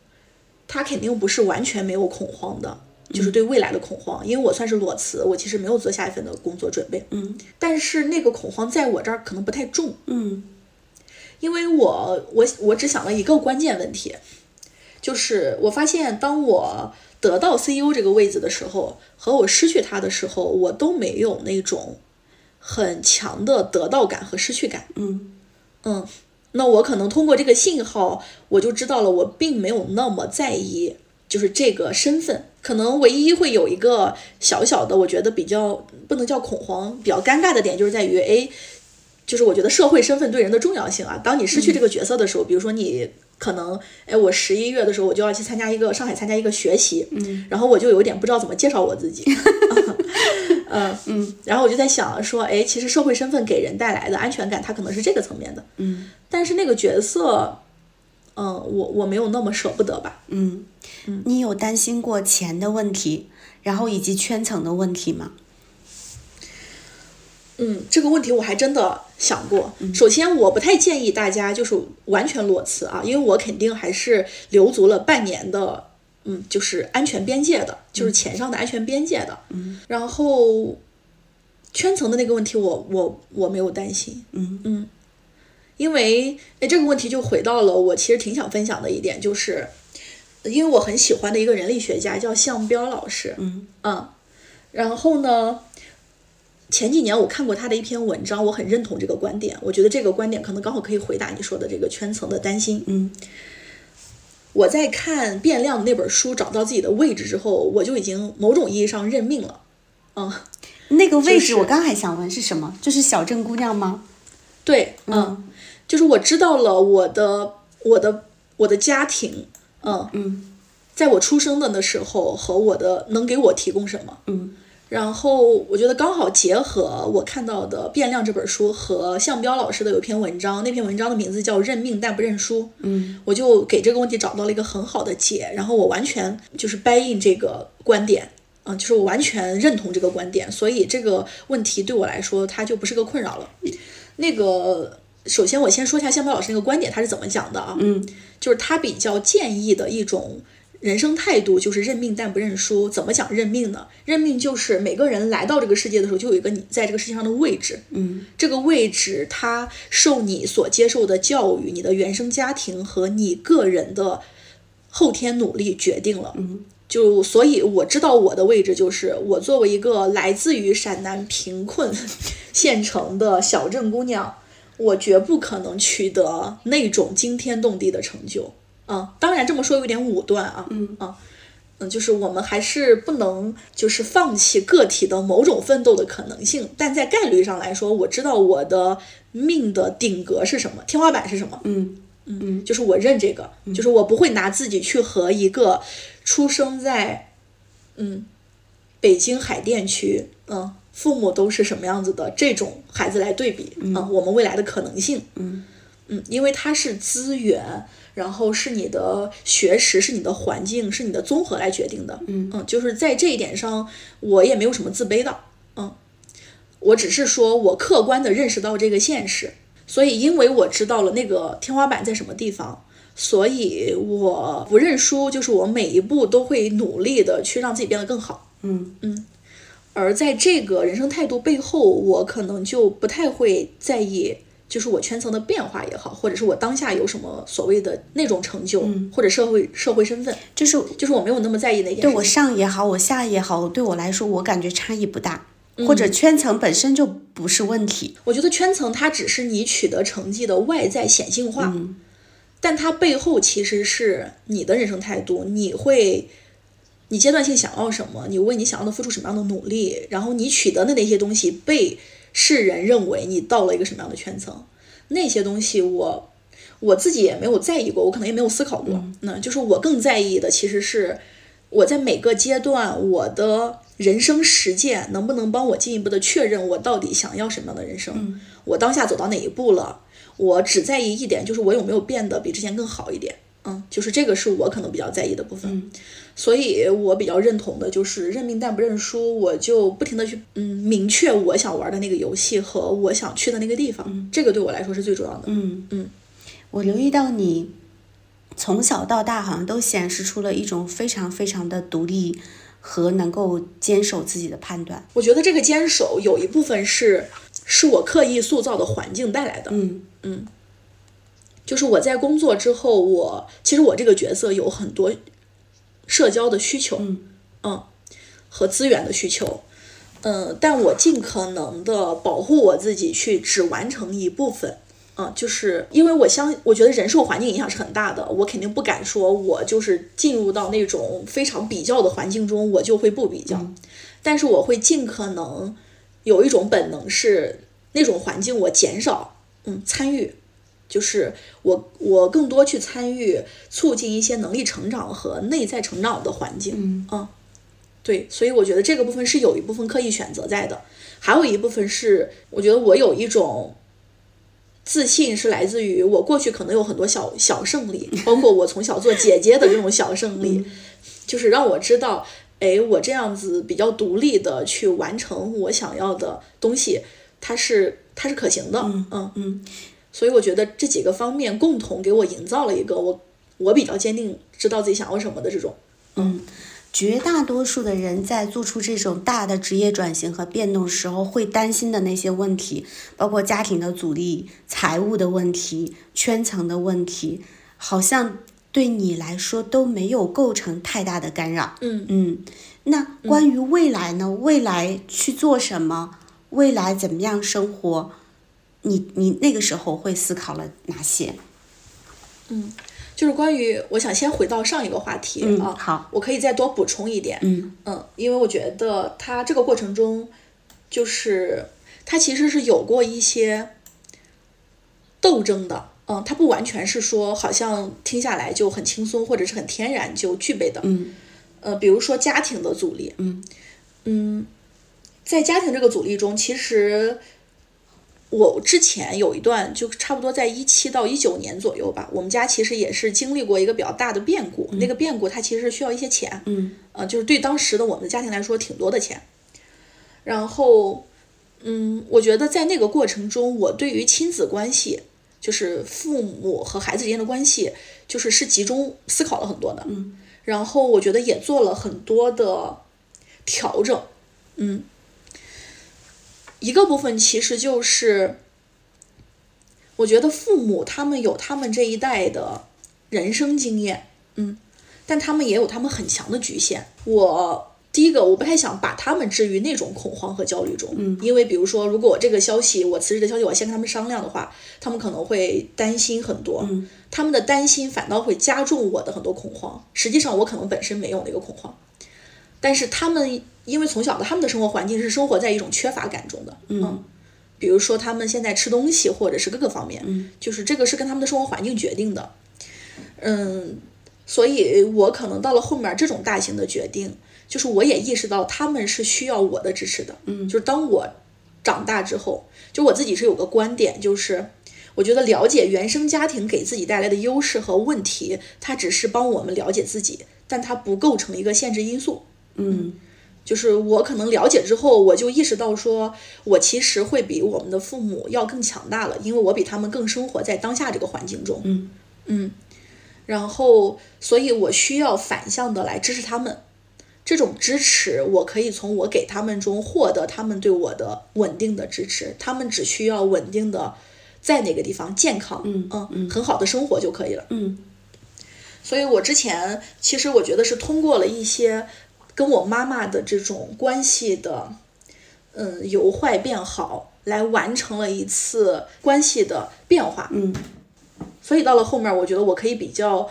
[SPEAKER 2] 他肯定不是完全没有恐慌的，就是对未来的恐慌。因为我算是裸辞，我其实没有做下一份的工作准备，
[SPEAKER 1] 嗯
[SPEAKER 2] 但是那个恐慌在我这儿可能不太重，
[SPEAKER 1] 嗯
[SPEAKER 2] 因为我我我只想了一个关键问题，就是我发现当我得到 CEO 这个位置的时候，和我失去它的时候，我都没有那种很强的得到感和失去感。
[SPEAKER 1] 嗯
[SPEAKER 2] 嗯，那我可能通过这个信号，我就知道了，我并没有那么在意，就是这个身份。可能唯一会有一个小小的，我觉得比较不能叫恐慌，比较尴尬的点，就是在于，哎，就是我觉得社会身份对人的重要性啊。当你失
[SPEAKER 1] 嗯
[SPEAKER 2] 去这个角色的时候，比如说你可能，哎，我十一月的时候我就要去参加一个上海参加一个学习，
[SPEAKER 1] 嗯
[SPEAKER 2] 然后我就有点不知道怎么介绍我自 己，嗯
[SPEAKER 1] 嗯，
[SPEAKER 2] 然后我就在想说，哎，其实社会身份给人带来的安全感，它可能是这个层面的，
[SPEAKER 1] 嗯
[SPEAKER 2] 但是那个角色，嗯，我我没有那么舍不得吧。
[SPEAKER 1] 嗯，你有担心过钱的问题，然后以及圈层的问题吗？
[SPEAKER 2] 嗯，这个问题我还真的想过。
[SPEAKER 1] 嗯
[SPEAKER 2] 首先，我不太建议大家就是完全裸辞啊，因为我肯定还是留足了半年的，嗯，就是安全边界的，就是钱上的安全边界的。
[SPEAKER 1] 嗯，
[SPEAKER 2] 然后圈层的那个问题我，我我没有担心。
[SPEAKER 1] 嗯
[SPEAKER 2] 嗯，因为哎，这个问题就回到了我其实挺想分享的一点，就是因为我很喜欢的一个人力学家叫项彪老师。
[SPEAKER 1] 嗯
[SPEAKER 2] 嗯，然后呢，前几年我看过他的一篇文章，我很认同这个观点，我觉得这个观点可能刚好可以回答你说的这个圈层的担心。
[SPEAKER 1] 嗯
[SPEAKER 2] 我在看《变量》那本书找到自己的位置之后，我就已经某种意义上认命了。嗯，
[SPEAKER 1] 那个位
[SPEAKER 2] 就
[SPEAKER 1] 置，
[SPEAKER 2] 是
[SPEAKER 1] 我刚还想问是什么？就是小镇姑娘吗？
[SPEAKER 2] 对，嗯，就是我知道了我的我的我的家庭，嗯，
[SPEAKER 1] 嗯
[SPEAKER 2] 在我出生的那时候和我的能给我提供什么，
[SPEAKER 1] 嗯
[SPEAKER 2] 然后我觉得刚好结合我看到的《变量》这本书和向彪老师的有一篇文章，那篇文章的名字叫《认命但不认输》，
[SPEAKER 1] 嗯
[SPEAKER 2] 我就给这个问题找到了一个很好的解，然后我完全就是 buy in 这个观点，嗯，就是我完全认同这个观点，所以这个问题对我来说它就不是个困扰了。那个，首先我先说一下向彪老师那个观点他是怎么讲的啊，
[SPEAKER 1] 嗯
[SPEAKER 2] 就是他比较建议的一种人生态度，就是认命但不认输。怎么讲认命呢？认命就是每个人来到这个世界的时候，就有一个你在这个世界上的位置，
[SPEAKER 1] 嗯
[SPEAKER 2] 这个位置它受你所接受的教育、你的原生家庭和你个人的后天努力决定了。
[SPEAKER 1] 嗯
[SPEAKER 2] 就所以我知道我的位置就是我作为一个来自于陕南贫困县城的小镇姑娘，我绝不可能取得那种惊天动地的成就。嗯，当然这么说有点武断啊。
[SPEAKER 1] 嗯
[SPEAKER 2] 啊。嗯，就是我们还是不能就是放弃个体的某种奋斗的可能性，但在概率上来说，我知道我的命的顶格是什么，天花板是什么，
[SPEAKER 1] 嗯
[SPEAKER 2] 就是我认这个，就是我不会拿自己去和一个出生在嗯北京海淀区，嗯，父母都是什么样子的这种啊孩子来对比，嗯，我们未来的可能性，
[SPEAKER 1] 嗯
[SPEAKER 2] 嗯，因为它是资源，然后是你的学识、是你的环境、是你的综合来决定的。嗯嗯，就是在这一点上，我也没有什么自卑的。嗯，我只是说我客观的认识到这个现实，所以因为我知道了那个天花板在什么地方，所以我不认输，就是我每一步都会努力的去让自己变得更好。
[SPEAKER 1] 嗯
[SPEAKER 2] 嗯。而在这个人生态度背后，我可能就不太会在意，就是我圈层的变化也好，或者是我当下有什么所谓的那种成就，
[SPEAKER 1] 嗯
[SPEAKER 2] 或者社会社会身份，
[SPEAKER 1] 就是
[SPEAKER 2] 就是我没有那么在意那件事。
[SPEAKER 1] 对我上也好，我下也好，对我来说，我感觉差异不大，或者圈层本身就不是问题。
[SPEAKER 2] 我觉得圈层它只是你取得成绩的外在显性化，但它背后其实是你的人生态度，你会。你阶段性想要什么？你为你想要的付出什么样的努力？然后你取得的那些东西被世人认为你到了一个什么样的圈层？那些东西我我自己也没有在意过，我可能也没有思考过。那就是我更在意的其实是我在每个阶段我的人生实践能不能帮我进一步的确认我到底想要什么样的人生？我当下走到哪一步了？我只在意一点，就是我有没有变得比之前更好一点。嗯，就是这个是我可能比较在意的部分，所以我比较认同的就是认命但不认输，我就不停的去嗯明确我想玩的那个游戏和我想去的那个地方，这个对我来说是最重要的。
[SPEAKER 1] 嗯嗯，我留意到你从小到大好像都显示出了一种非常非常的独立和能够坚守自己的判断。
[SPEAKER 2] 我觉得这个坚守有一部分是是我刻意塑造的环境带来的，
[SPEAKER 1] 嗯
[SPEAKER 2] 就是我在工作之后，我其实我这个角色有很多社交的需求，嗯和资源的需求，嗯，但我尽可能的保护我自己，去只完成一部分。嗯，就是因为我相，我觉得人受环境影响是很大的，我肯定不敢说我就是进入到那种非常比较的环境中，我就会不比较，但是我会尽可能有一种本能是那种环境我减少，嗯，参与，就是我我更多去参与促进一些能力成长和内在成长的环境，嗯对，所以我觉得这个部分是有一部分刻意选择在的，还有一部分是我觉得我有一种自信是来自于我过去可能有很多小小胜 利，包括我从小做姐姐的这种小胜利，就是让我知道，哎，我这样子比较独立的去完成我想要的东西，它是它是可行的，嗯
[SPEAKER 1] 嗯，
[SPEAKER 2] 所以我觉得这几个方面共同给我营造了一个我我比较坚定知道自己想要什么的这种，
[SPEAKER 1] 绝大多数的人在做出这种大的职业转型和变动时候，会担心的那些问题，包括家庭的阻力、财务的问题、圈层的问题，好像对你来说都没有构成太大的干扰。
[SPEAKER 2] 嗯
[SPEAKER 1] 嗯，那关于未来呢？未来去做什么？未来怎么样生活？你你那个时候会思考了哪些？
[SPEAKER 2] 就是关于我想先回到上一个话题、
[SPEAKER 1] 嗯
[SPEAKER 2] 啊，
[SPEAKER 1] 好，
[SPEAKER 2] 我可以再多补充一点，
[SPEAKER 1] 嗯
[SPEAKER 2] 嗯，因为我觉得他这个过程中，就是他其实是有过一些斗争的，嗯，他不完全是说好像听下来就很轻松或者是很天然就具备的，
[SPEAKER 1] 嗯
[SPEAKER 2] 呃，比如说家庭的阻力，
[SPEAKER 1] 嗯
[SPEAKER 2] 嗯在家庭这个阻力中，其实我之前有一段就差不多在一七到一九年左右吧，我们家其实也是经历过一个比较大的变故，那个变故它其实需要一些钱，
[SPEAKER 1] 嗯
[SPEAKER 2] 呃，就是对当时的我们的家庭来说挺多的钱。然后，嗯，我觉得在那个过程中，我对于亲子关系，就是父母和孩子之间的关系，就是是集中思考了很多的。嗯。然后我觉得也做了很多的调整。嗯。一个部分其实就是，我觉得父母他们有他们这一代的人生经验，嗯但他们也有他们很强的局限。我第一个，我不太想把他们置于那种恐慌和焦虑中，嗯，因为比如说，如果我这个消息，我辞职的消息，我先跟他们商量的话，他们可能会担心很多，嗯，他们的担心反倒会加重我的很多恐慌。实际上，我可能本身没有那个恐慌，但是他们因为从小的他们的生活环境是生活在一种缺乏感中的，嗯。比如说，他们现在吃东西，或者是各个方面，就是这个是跟他们的生活环境决定的。嗯，所以我可能到了后面这种大型的决定，就是我也意识到他们是需要我的支持的。嗯，就是当我长大之后，就我自己是有个观点，就是我觉得了解原生家庭给自己带来的优势和问题，它只是帮我们了解自己，但它不构成一个限制因素。
[SPEAKER 1] 嗯，
[SPEAKER 2] 就是我可能了解之后，我就意识到说，我其实会比我们的父母要更强大了，因为我比他们更生活在当下这个环境中。
[SPEAKER 1] 嗯
[SPEAKER 2] 嗯，然后，所以我需要反向的来支持他们。这种支持，我可以从我给他们中获得他们对我的稳定的支持。他们只需要稳定的在哪个地方健康，
[SPEAKER 1] 嗯嗯
[SPEAKER 2] 很好的生活就可以了。
[SPEAKER 1] 嗯
[SPEAKER 2] 所以我之前其实我觉得是通过了一些跟我妈妈的这种关系的，嗯，由坏变好，来完成了一次关系的变化。
[SPEAKER 1] 嗯
[SPEAKER 2] 所以到了后面，我觉得我可以比较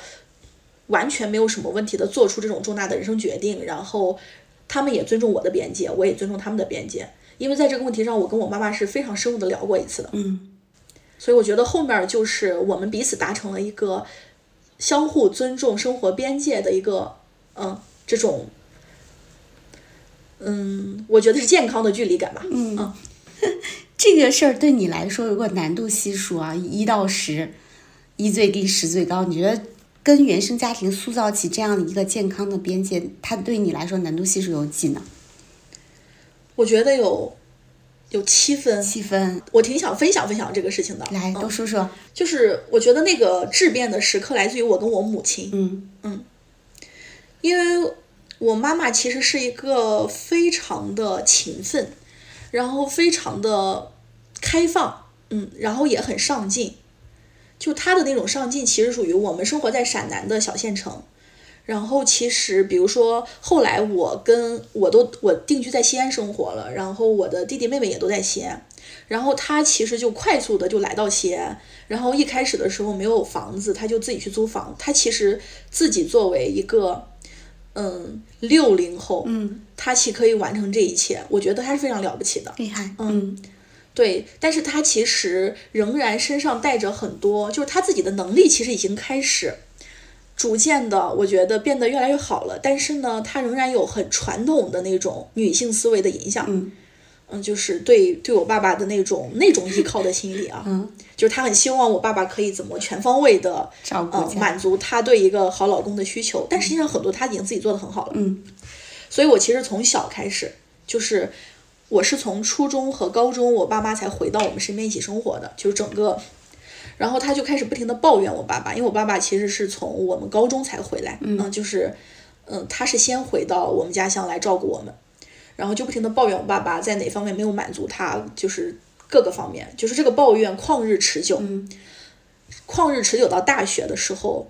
[SPEAKER 2] 完全没有什么问题的做出这种重大的人生决定，然后他们也尊重我的边界，我也尊重他们的边界。因为在这个问题上，我跟我妈妈是非常深入的聊过一次的，
[SPEAKER 1] 嗯
[SPEAKER 2] 所以我觉得后面就是我们彼此达成了一个相互尊重生活边界的一个，嗯，这种，嗯，我觉得是健康的距离感吧。
[SPEAKER 1] 嗯，这个事儿对你来说，如果难度系数啊，一到十，一最低，十最高，你觉得跟原生家庭塑造起这样一个健康的边界，它对你来说难度系数有几呢？
[SPEAKER 2] 我觉得有有七分，
[SPEAKER 1] 七分，
[SPEAKER 2] 我挺想分享分享这个事情的。
[SPEAKER 1] 来
[SPEAKER 2] 嗯
[SPEAKER 1] 都说说。
[SPEAKER 2] 就是我觉得那个质变的时刻来自于我跟我母亲，
[SPEAKER 1] 嗯
[SPEAKER 2] 因为我妈妈其实是一个非常的勤奋，然后非常的开放，嗯，然后也很上进。就她的那种上进，其实属于我们生活在陕南的小县城。然后其实，比如说后来我跟我都我定居在西安生活了，然后我的弟弟妹妹也都在西安，然后她其实就快速的就来到西安，然后一开始的时候没有房子，他就自己去租房。他其实自己作为一个，嗯，六零后，
[SPEAKER 1] 嗯，
[SPEAKER 2] 他其实可以完成这一切，我觉得他是非常了不起的。
[SPEAKER 1] 厉害。
[SPEAKER 2] 嗯对，但是他其实仍然身上带着很多，就是他自己的能力其实已经开始逐渐的，我觉得变得越来越好了。但是呢，他仍然有很传统的那种女性思维的影响。
[SPEAKER 1] 嗯
[SPEAKER 2] 嗯就是对对我爸爸的那种那种依靠的心理啊，
[SPEAKER 1] 嗯，
[SPEAKER 2] 就是他很希望我爸爸可以怎么全方位的
[SPEAKER 1] 照顾
[SPEAKER 2] 呃
[SPEAKER 1] 家。
[SPEAKER 2] 满足他对一个好老公的需求，但实际上很多他已经自己做的很好了。
[SPEAKER 1] 嗯
[SPEAKER 2] 所以我其实从小开始，就是我是从初中和高中，我爸妈才回到我们身边一起生活的，就是整个，然后他就开始不停的抱怨我爸爸，因为我爸爸其实是从我们高中才回来，嗯，就是，嗯，他是先回到我们家乡来照顾我们，然后就不停的抱怨我爸爸在哪方面没有满足他，就是各个方面，就是这个抱怨旷日持久，
[SPEAKER 1] 嗯
[SPEAKER 2] 旷日持久到大学的时候，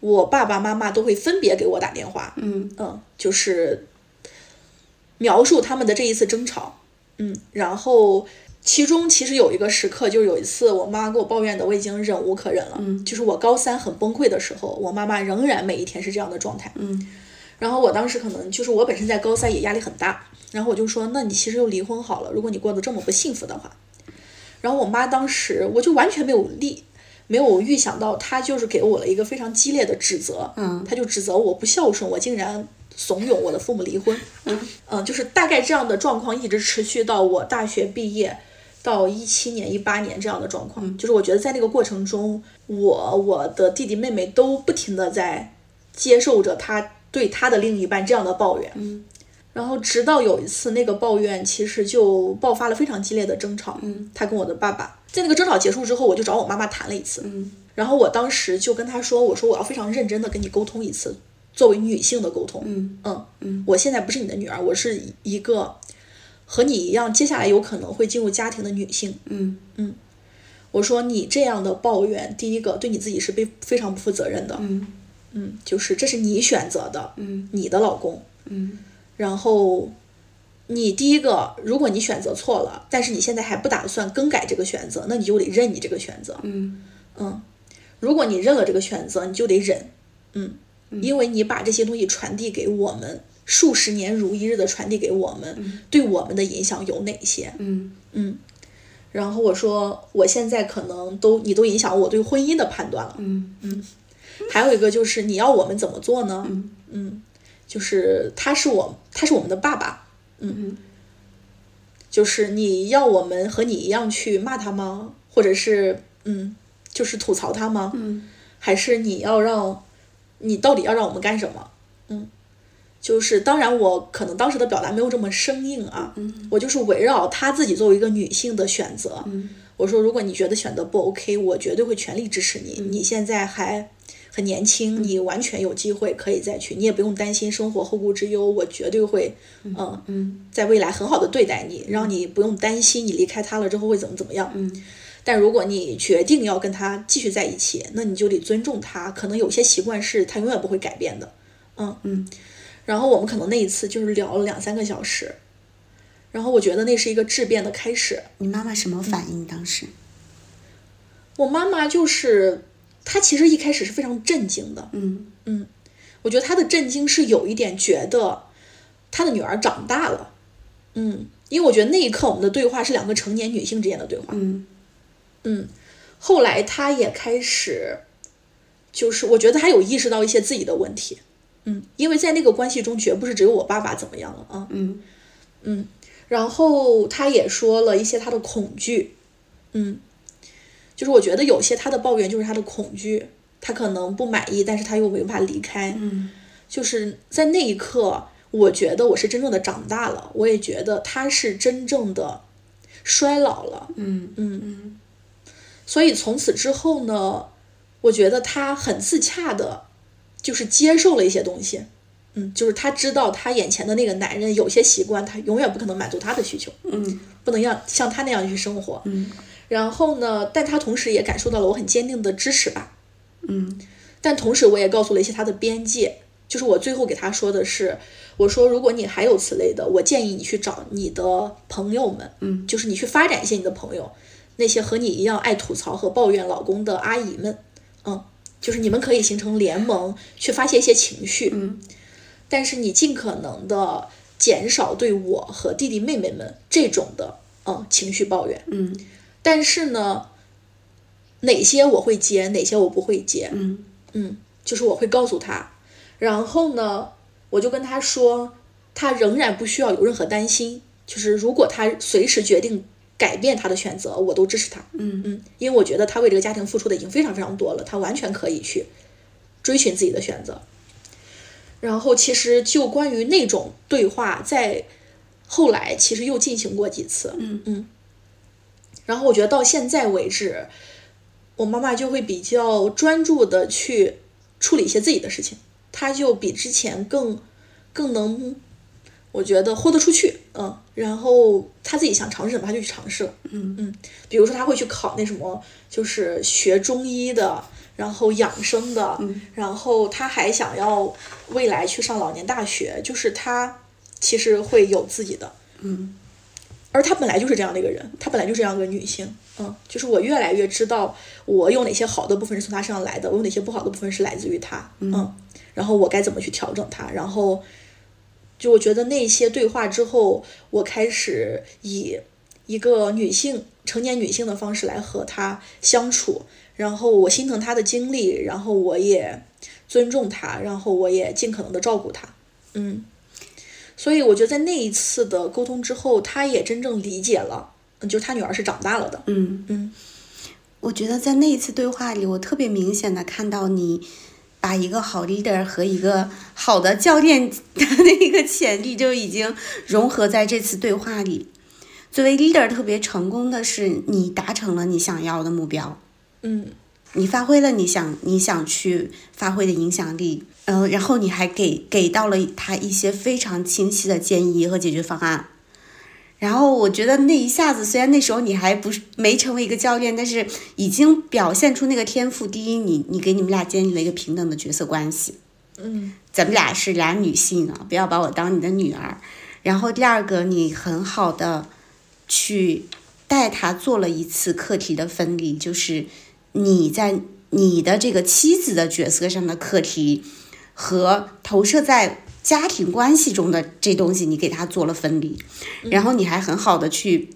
[SPEAKER 2] 我爸爸妈妈都会分别给我打电话，
[SPEAKER 1] 嗯
[SPEAKER 2] 嗯，就是描述他们的这一次争吵，嗯，然后其中其实有一个时刻，就是有一次我妈给我抱怨的，我已经忍无可忍了，
[SPEAKER 1] 嗯
[SPEAKER 2] 就是我高三很崩溃的时候，我妈妈仍然每一天是这样的状态，
[SPEAKER 1] 嗯
[SPEAKER 2] 然后我当时可能就是我本身在高三也压力很大，然后我就说，那你其实就离婚好了，如果你过得这么不幸福的话。然后我妈当时我就完全没有力，没有预想到，她就是给我了一个非常激烈的指责，
[SPEAKER 1] 嗯
[SPEAKER 2] 她就指责我不孝顺，我竟然怂恿我的父母离婚，嗯，就是大概这样的状况一直持续到我大学毕业，到一七年、一八年这样的状
[SPEAKER 1] 嗯
[SPEAKER 2] 况，就是我觉得在那个过程中，我我的弟弟妹妹都不停的在接受着他对他的另一半这样的抱怨，
[SPEAKER 1] 嗯
[SPEAKER 2] 然后直到有一次那个抱怨其实就爆发了非常激烈的争吵，
[SPEAKER 1] 嗯
[SPEAKER 2] 他跟我的爸爸在那个争吵结束之后，我就找我妈妈谈了一次，
[SPEAKER 1] 嗯
[SPEAKER 2] 然后我当时就跟他说，我说我要非常认真的跟你沟通一次，作为女性的沟通，
[SPEAKER 1] 嗯
[SPEAKER 2] 嗯
[SPEAKER 1] 嗯
[SPEAKER 2] 我现在不是你的女儿，我是一个和你一样，接下来有可能会进入家庭的女性。
[SPEAKER 1] 嗯
[SPEAKER 2] 我说你这样的抱怨，第一个对你自己是非非常不负责任的，
[SPEAKER 1] 嗯
[SPEAKER 2] 嗯，就是这是你选择的，
[SPEAKER 1] 嗯
[SPEAKER 2] 你的老公，
[SPEAKER 1] 嗯
[SPEAKER 2] 然后你第一个，如果你选择错了，但是你现在还不打算更改这个选择，那你就得认你这个选择，
[SPEAKER 1] 嗯
[SPEAKER 2] 嗯，如果你认了这个选择，你就得忍，嗯，因为你把这些东西传递给我们，数十年如一日的传递给我们，对我们的影响有哪些？
[SPEAKER 1] 嗯
[SPEAKER 2] 嗯，然后我说我现在可能都你都影响我对婚姻的判断了，
[SPEAKER 1] 嗯
[SPEAKER 2] 还有一个就是你要我们怎么做呢？
[SPEAKER 1] 嗯
[SPEAKER 2] 就是他是我他是我们的爸爸，
[SPEAKER 1] 嗯
[SPEAKER 2] 就是你要我们和你一样去骂他吗？或者是嗯，就是吐槽他吗？
[SPEAKER 1] 嗯
[SPEAKER 2] 还是你要让，你到底要让我们干什么？嗯，就是当然我可能当时的表达没有这么生硬啊，
[SPEAKER 1] 嗯
[SPEAKER 2] 我就是围绕她自己作为一个女性的选择，
[SPEAKER 1] 嗯
[SPEAKER 2] 我说如果你觉得选择不 OK，我绝对会全力支持你。
[SPEAKER 1] 嗯
[SPEAKER 2] 你现在还很年轻，你完全有机会可以再去，你也不用担心生活后顾之忧，我绝对会，嗯、
[SPEAKER 1] 嗯
[SPEAKER 2] 在未来很好的对待你，让你不用担心你离开他了之后会怎么怎么样。
[SPEAKER 1] 嗯
[SPEAKER 2] 但如果你决定要跟他继续在一起，那你就得尊重他。可能有些习惯是他永远不会改变的。
[SPEAKER 1] 嗯
[SPEAKER 2] 然后我们可能那一次就是聊了两三个小时，然后我觉得那是一个质变的开始。
[SPEAKER 1] 你妈妈什么反应？当时，
[SPEAKER 2] 我妈妈就是她，其实一开始是非常震惊的。
[SPEAKER 1] 嗯
[SPEAKER 2] 我觉得她的震惊是有一点觉得她的女儿长大了。嗯，因为我觉得那一刻我们的对话是两个成年女性之间的对话。
[SPEAKER 1] 嗯
[SPEAKER 2] 嗯，后来她也开始，就是我觉得她有意识到一些自己的问题。嗯，因为在那个关系中，绝不是只有我爸爸怎么样了啊。
[SPEAKER 1] 嗯
[SPEAKER 2] 然后她也说了一些她的恐惧，嗯，就是我觉得有些她的抱怨就是她的恐惧，她可能不满意，但是她又没办法离开。
[SPEAKER 1] 嗯
[SPEAKER 2] 就是在那一刻，我觉得我是真正的长大了，我也觉得她是真正的衰老了。
[SPEAKER 1] 嗯
[SPEAKER 2] 嗯
[SPEAKER 1] 嗯
[SPEAKER 2] 所以从此之后呢，我觉得他很自洽的，就是接受了一些东西。嗯，就是他知道他眼前的那个男人有些习惯，他永远不可能满足他的需求，
[SPEAKER 1] 嗯
[SPEAKER 2] 不能让像他那样去生活。
[SPEAKER 1] 嗯
[SPEAKER 2] 然后呢，但他同时也感受到了我很坚定的支持吧。
[SPEAKER 1] 嗯
[SPEAKER 2] 但同时我也告诉了一些他的边界，就是我最后给他说的是，我说如果你还有此类的，我建议你去找你的朋友们，
[SPEAKER 1] 嗯
[SPEAKER 2] 就是你去发展一些你的朋友，那些和你一样爱吐槽和抱怨老公的阿姨们，嗯，就是你们可以形成联盟，去发泄一些情绪，
[SPEAKER 1] 嗯
[SPEAKER 2] 但是你尽可能的减少对我和弟弟妹妹们这种的嗯情绪抱怨，
[SPEAKER 1] 嗯
[SPEAKER 2] 但是呢，哪些我会接，哪些我不会接，
[SPEAKER 1] 嗯
[SPEAKER 2] 嗯，就是我会告诉他，然后呢，我就跟他说，他仍然不需要有任何担心，就是如果他随时决定改变他的选择，我都支持他。
[SPEAKER 1] 嗯
[SPEAKER 2] 嗯，因为我觉得他为这个家庭付出的已经非常非常多了，他完全可以去追寻自己的选择。然后，其实就关于那种对话，在后来其实又进行过几次。
[SPEAKER 1] 嗯
[SPEAKER 2] 然后我觉得到现在为止，我妈妈就会比较专注的去处理一些自己的事情，她就比之前更更能，我觉得豁得出去，嗯，然后她自己想尝试什么，她就去尝试了，
[SPEAKER 1] 嗯
[SPEAKER 2] 嗯，比如说她会去考那什么，就是学中医的。然后养生的，然后她还想要未来去上老年大学，就是她其实会有自己的，
[SPEAKER 1] 嗯
[SPEAKER 2] 而她本来就是这样的一个人，她本来就是这样一个女性，嗯，就是我越来越知道我有哪些好的部分是从她身上来的，我有哪些不好的部分是来自于她，嗯，然后我该怎么去调整它，然后就我觉得那些对话之后，我开始以一个女性成年女性的方式来和她相处，然后我心疼她的经历，然后我也尊重她，然后我也尽可能的照顾她，嗯。所以我觉得在那一次的沟通之后，他也真正理解了，嗯就是他女儿是长大了的。
[SPEAKER 1] 嗯
[SPEAKER 2] 嗯
[SPEAKER 1] 我觉得在那一次对话里，我特别明显的看到你把一个好 leader 和一个好的教练 的那个潜力就已经融合在这次对话里。作为 leader 特别成功的是，你达成了你想要的目标，
[SPEAKER 2] 嗯
[SPEAKER 1] 你发挥了你想你想去发挥的影响力，嗯、然后你还给给到了他一些非常清晰的建议和解决方案。然后我觉得那一下子，虽然那时候你还不是没成为一个教练，但是已经表现出那个天赋。第一，你你给你们俩建立了一个平等的角色关系，
[SPEAKER 2] 嗯
[SPEAKER 1] 咱们俩是俩女性啊，不要把我当你的女儿。然后第二个，你很好的去带她做了一次课题的分离，就是你在你的这个妻子的角色上的课题和投射在家庭关系中的这东西，你给她做了分离，然后你还很好的去。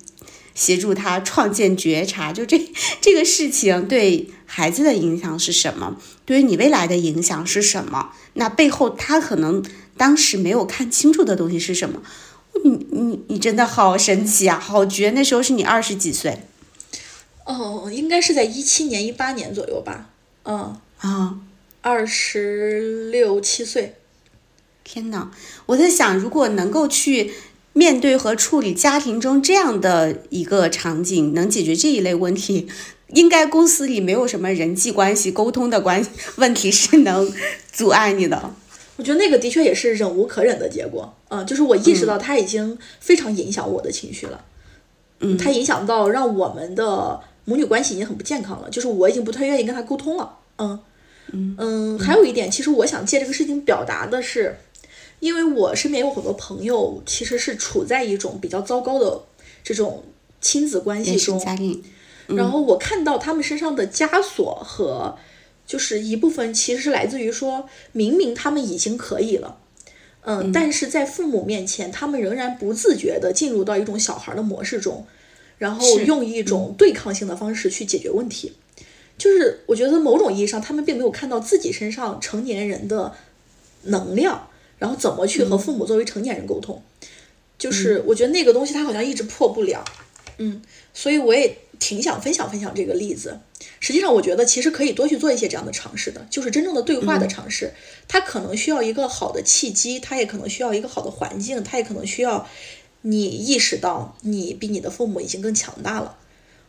[SPEAKER 1] 协助她创建觉察，就这这个事情对孩子的影响是什么？对于你未来的影响是什么？那背后他可能当时没有看清楚的东西是什么？你你你真的好神奇啊，好绝！那时候是你二十几岁，
[SPEAKER 2] 哦，应该是在一七年、一八年左右吧。嗯，
[SPEAKER 1] 啊。
[SPEAKER 2] 二十六七岁。
[SPEAKER 1] 天哪，我在想，如果能够去面对和处理家庭中这样的一个场景，能解决这一类问题，应该公司里没有什么人际关系沟通的关问题是能阻碍你的。
[SPEAKER 2] 我觉得那个的确也是忍无可忍的结果。嗯，就是我意识到他已经非常影响我的情绪了。
[SPEAKER 1] 嗯，
[SPEAKER 2] 它影响到让我们的母女关系已经很不健康了，就是我已经不太愿意跟他沟通了。嗯
[SPEAKER 1] 嗯
[SPEAKER 2] 嗯，还有一点，其实我想借这个事情表达的是，因为我身边有很多朋友其实是处在一种比较糟糕的这种亲子关系
[SPEAKER 1] 原生
[SPEAKER 2] 中，
[SPEAKER 1] 家庭，
[SPEAKER 2] 然后我看到他们身上的枷锁和，就是一部分其实是来自于说，明明他们已经可以了，嗯，但是在父母面前，他们仍然不自觉的进入到一种小孩的模式中，然后
[SPEAKER 1] 是
[SPEAKER 2] 用一种对抗性的方式去解决问题。就是我觉得某种意义上，他们并没有看到自己身上成年人的能量，然后怎么去和父母作为成年人沟通。就是我觉得那个东西，他好像一直破不了。嗯，所以我也挺想分享分享这个例子。实际上，我觉得其实可以多去做一些这样的尝试的，就是真正的对话的尝试。它可能需要一个好的契机，它也可能需要一个好的环境，它也可能需要你意识到你比你的父母已经更强大了。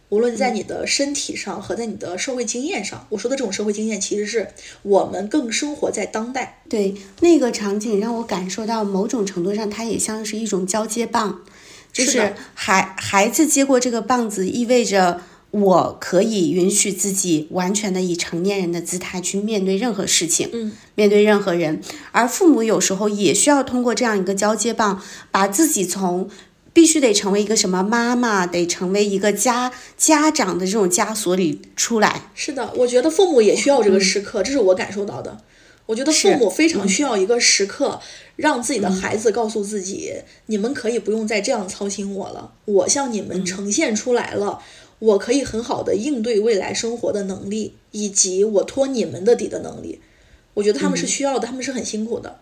[SPEAKER 2] 无论在你的身体上和在你的社会经验上，我说的这种社会经验，其实是我们更生活在当代。
[SPEAKER 1] 对那个场景让我感受到某种程度上，它也像是一种交接棒，就是
[SPEAKER 2] 的
[SPEAKER 1] 是孩孩子接过这个棒子，意味着我可以允许自己完全的以成年人的姿态去面对任何事情，
[SPEAKER 2] 嗯，
[SPEAKER 1] 面对任何人，而父母有时候也需要通过这样一个交接棒，把自己从。必须得成为一个什么妈妈，得成为一个家家长的这种枷锁里出来，
[SPEAKER 2] 是的，我觉得父母也需要这个时刻，这是我感受到的。我觉得父
[SPEAKER 1] 是
[SPEAKER 2] 母非常需要一个时刻，让自己的孩子告诉自己，你们可以不用再这样操心我了，我向你们呈现出来了，我可以很好的应对未来生活的能力，以及我托你们的底的能力。我觉得他们是需要的，他们是很辛苦的。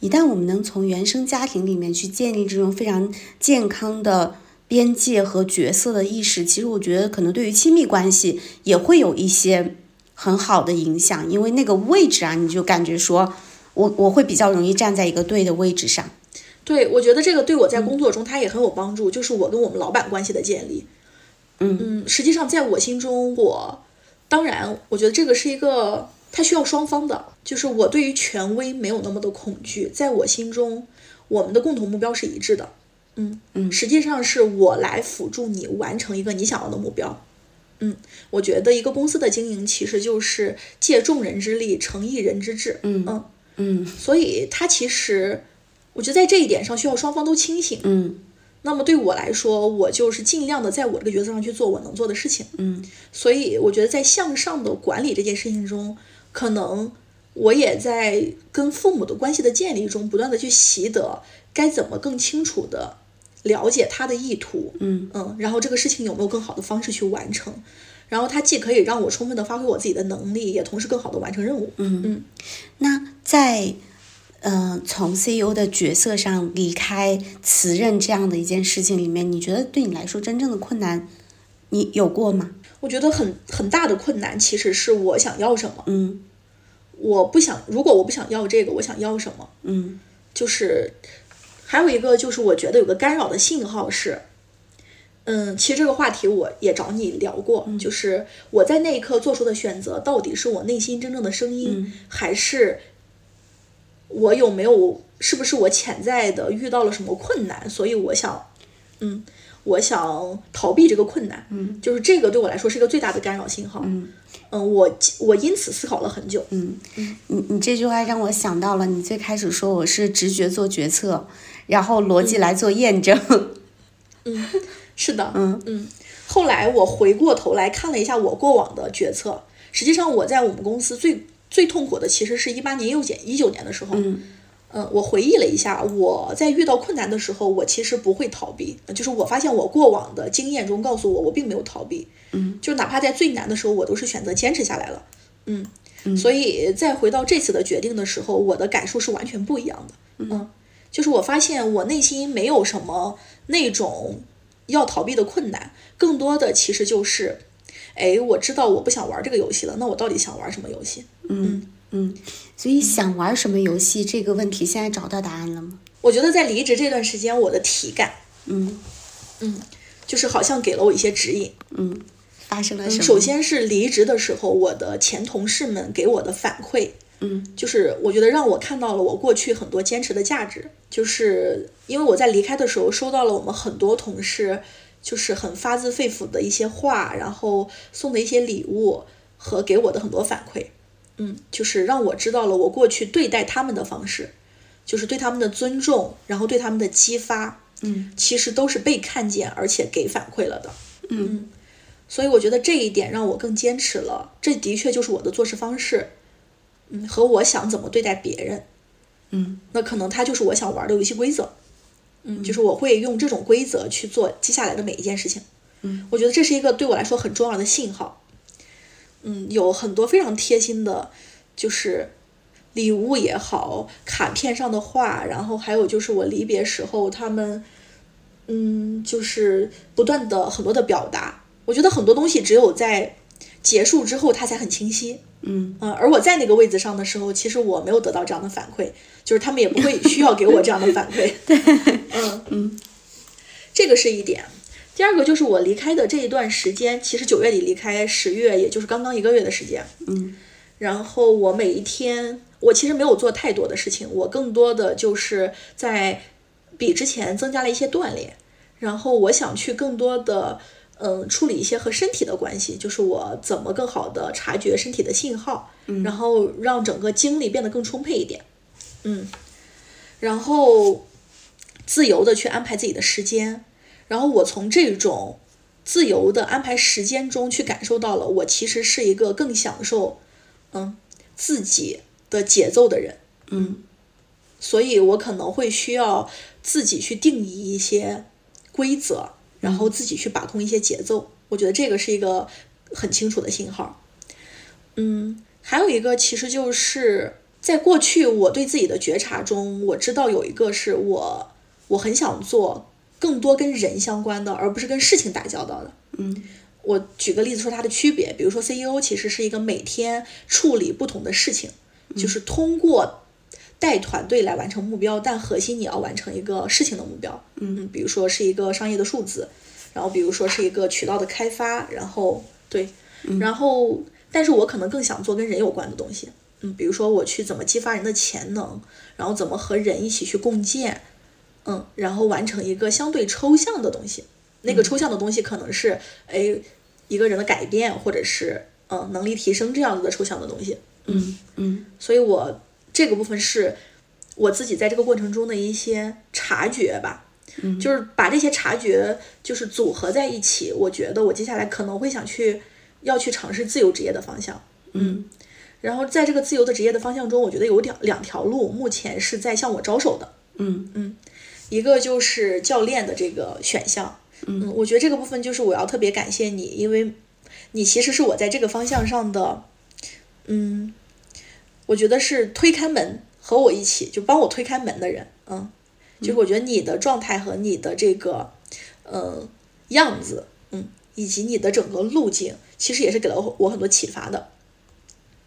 [SPEAKER 1] 一旦我们能从原生家庭里面去建立这种非常健康的边界和角色的意识，其实我觉得可能对于亲密关系也会有一些很好的影响，因为那个位置啊，你就感觉说我我会比较容易站在一个对的位置上。
[SPEAKER 2] 对，我觉得这个对我在工作中它也很有帮助，就是我跟我们老板关系的建立。
[SPEAKER 1] 嗯
[SPEAKER 2] 实际上在我心中，我当然我觉得这个是一个它需要双方的，就是我对于权威没有那么的恐惧，在我心中，我们的共同目标是一致的。嗯
[SPEAKER 1] 嗯
[SPEAKER 2] 实际上是我来辅助你完成一个你想要的目标。嗯，我觉得一个公司的经营其实就是借众人之力，成一人之智。
[SPEAKER 1] 嗯
[SPEAKER 2] 嗯，
[SPEAKER 1] 嗯
[SPEAKER 2] 所以它其实，我觉得在这一点上需要双方都清醒。
[SPEAKER 1] 嗯
[SPEAKER 2] 那么对我来说，我就是尽量的在我这个角色上去做我能做的事情。
[SPEAKER 1] 嗯，
[SPEAKER 2] 所以我觉得在向上的管理这件事情中，可能我也在跟父母的关系的建立中，不断的去习得该怎么更清楚的了解他的意图。
[SPEAKER 1] 嗯
[SPEAKER 2] 嗯，然后这个事情有没有更好的方式去完成？然后它既可以让我充分的发挥我自己的能力，也同时更好的完成任务。嗯嗯。
[SPEAKER 1] 那在呃从 CEO 的角色上离开辞任这样的一件事情里面，你觉得对你来说真正的困难，你有过吗？
[SPEAKER 2] 我觉得很很大的困难其实是我想要什么，
[SPEAKER 1] 嗯
[SPEAKER 2] 我不想，如果我不想要这个，我想要什么？
[SPEAKER 1] 嗯
[SPEAKER 2] 就是还有一个就是我觉得有个干扰的信号是，嗯，其实这个话题我也找你聊过，就是我在那一刻做出的选择到底是我内心真正的声音，还是我有没有是不是我潜在的遇到了什么困难，所以我想，嗯，我想逃避这个困难，嗯，就是这个对我来说是一个最大的干扰信号，嗯。嗯，我我因此思考了很久。嗯，
[SPEAKER 1] 你你这句话让我想到了，你最开始说我是直觉做决策，然后逻辑来做验证。
[SPEAKER 2] 是的，
[SPEAKER 1] 嗯
[SPEAKER 2] 嗯。后来我回过头来看了一下我过往的决策，实际上我在我们公司最最痛苦的其实是一八年又减一九年的时候。
[SPEAKER 1] 嗯
[SPEAKER 2] 嗯，我回忆了一下，我在遇到困难的时候，我其实不会逃避，就是我发现我过往的经验中告诉我，我并没有逃避。
[SPEAKER 1] 嗯，
[SPEAKER 2] 就哪怕在最难的时候，我都是选择坚持下来了。嗯，所以再回到这次的决定的时候，我的感受是完全嗯不一样的。嗯，就是我发现我内心没有什么那种要逃避的困难，更多的其实就是，哎，我知道我不想玩这个游戏了，那我到底想玩什么游戏？
[SPEAKER 1] 嗯嗯，所以想玩什么游戏这个问题，现在找到答案了吗？
[SPEAKER 2] 我觉得在离职这段时间，我的体感
[SPEAKER 1] 嗯
[SPEAKER 2] 就是好像给了我一些指引。
[SPEAKER 1] 嗯，发生了什么？
[SPEAKER 2] 首，先是离职的时候，我的前同事们给我的反馈，
[SPEAKER 1] 嗯
[SPEAKER 2] 就是我觉得让我看到了我过去很多坚持的价值，就是因为我在离开的时候收到了我们很多同事就是很发自肺腑的一些话，然后送的一些礼物和给我的很多反馈，嗯，就是让我知道了我过去对待他们的方式，就是对他们的尊重，然后对他们的激发，
[SPEAKER 1] 嗯
[SPEAKER 2] 其实都是被看见而且给反馈了的。
[SPEAKER 1] 嗯
[SPEAKER 2] 所以我觉得这一点让我更坚持了。这的确就是我的做事方式，嗯，和我想怎么对待别人，
[SPEAKER 1] 嗯
[SPEAKER 2] 那可能它就是我想玩的游戏规则。嗯，就是我会用这种规则去做接下来的每一件事情。
[SPEAKER 1] 嗯，
[SPEAKER 2] 我觉得这是一个对我来说很重要的信号。嗯，有很多非常贴心的，就是礼物也好，卡片上的话，然后还有就是我离别时候他们，嗯，就是不断的很多的表达。我觉得很多东西只有在结束之后，它才很清晰。
[SPEAKER 1] 嗯
[SPEAKER 2] 嗯，而我在那个位置上的时候，其实我没有得到这样的反馈，就是他们也不会需要给我这样的反 馈。对，嗯
[SPEAKER 1] 嗯，
[SPEAKER 2] 这个是一点。第二个就是我离开的这一段时间，其实九月底离开，十月也就是刚刚一个月的时间。
[SPEAKER 1] 嗯
[SPEAKER 2] 然后我每一天，我其实没有做太多的事情，我更多的就是在比之前增加了一些锻炼，然后我想去更多的嗯处理一些和身体的关系，就是我怎么更好的察觉身体的信号，
[SPEAKER 1] 嗯
[SPEAKER 2] 然后让整个精力变得更充沛一点，嗯，然后自由的去安排自己的时间，然后我从这种。自由的安排时间中去感受到了，我其实是一个更享受嗯自己的节奏的人，
[SPEAKER 1] 嗯
[SPEAKER 2] 所以我可能会需要自己去定义一些规则，然后自己去把控一些节奏。我觉得这个是一个很清楚的信号。嗯，还有一个其实就是在过去我对自己的觉察中，我知道有一个是我我很想做更多跟人相关的，而不是跟事情打交道的。
[SPEAKER 1] 嗯
[SPEAKER 2] 我举个例子说它的区别，比如说 CEO 其实是一个每天处理不同的事情，就是通过带团队来完成目标，但核心你要完成一个事情的目标，嗯，比如说是一个商业的数字，然后比如说是一个渠道的开发，然后对，然后但是我可能更想做跟人有关的东西，嗯，比如说我去怎么激发人的潜能，然后怎么和人一起去共建，嗯，然后完成一个相对抽象的东西。那个抽象的东西可能是，哎，一个人的改变，或者是嗯、呃能力提升这样子的抽象的东西。
[SPEAKER 1] 嗯嗯
[SPEAKER 2] 所以我这个部分是我自己在这个过程中的一些察觉吧，
[SPEAKER 1] 嗯
[SPEAKER 2] 就是把这些察觉就是组合在一起，我觉得我接下来可能会想去要去尝试自由职业的方向。
[SPEAKER 1] 嗯
[SPEAKER 2] 然后在这个自由的职业的方向中，我觉得有两两条路目前是在向我招手的，
[SPEAKER 1] 嗯
[SPEAKER 2] 一个就是教练的这个选项，嗯，我觉得这个部分就是我要特别感谢你，因为你其实是我在这个方向上的，嗯，我觉得是推开门和我一起就帮我推开门的人，嗯，就是我觉得你的状态和你的这个呃样子，嗯，以及你的整个路径，其实也是给了我我很多启发的，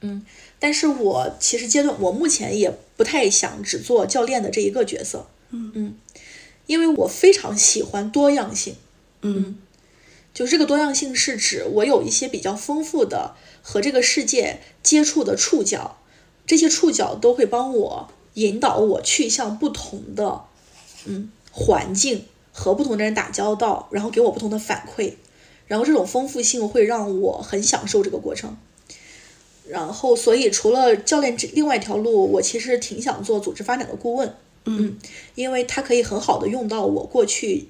[SPEAKER 2] 嗯，但是我其实阶段我目前也不太想只做教练的这一个角色，因为我非常喜欢多样性，
[SPEAKER 1] 嗯
[SPEAKER 2] 就是这个多样性是指我有一些比较丰富的和这个世界接触的触角，这些触角都会帮我引导我去向不同的嗯环境和不同的人打交道，然后给我不同的反馈，然后这种丰富性会让我很享受这个过程。然后，所以除了教练这另外一条路，我其实挺想做组织发展的顾问，
[SPEAKER 1] 嗯，
[SPEAKER 2] 因为它可以很好的用到我过去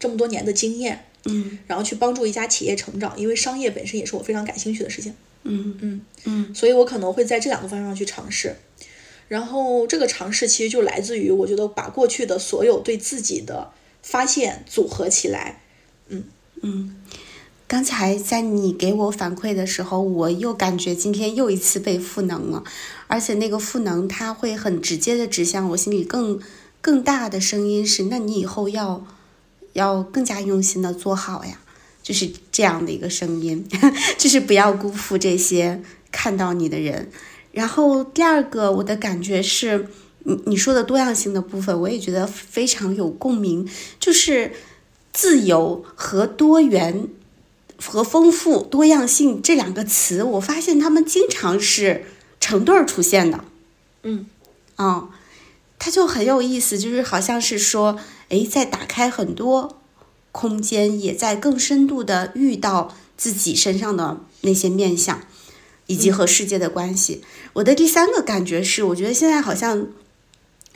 [SPEAKER 2] 这么多年的经验，
[SPEAKER 1] 嗯
[SPEAKER 2] 然后去帮助一家企业成长，因为商业本身也是我非常感兴趣的事情，
[SPEAKER 1] 嗯
[SPEAKER 2] 嗯，
[SPEAKER 1] 嗯
[SPEAKER 2] 所以我可能会在这两个方向上去尝试。然后这个尝试其实就来自于，我觉得把过去的所有对自己的发现组合起来，
[SPEAKER 1] 嗯。刚才在你给我反馈的时候，我又感觉今天又一次被赋能了，而且那个赋能它会很直接的指向我心里更更大的声音是：那你以后要要更加用心的做好呀，就是这样的一个声音， 就是不要辜负这些看到你的人。然后第二个，我的感觉是，你你说的多样性的部分，我也觉得非常有共鸣，就是自由和多元和丰富多样性这两个词，我发现他们经常是成对儿出现的。
[SPEAKER 2] 嗯，
[SPEAKER 1] 嗯，它就很有意思，就是好像是说，诶，在打开很多空间，也在更深度的遇到自己身上的那些面相，以及和世界的关系。我的第三个感觉是，我觉得现在好像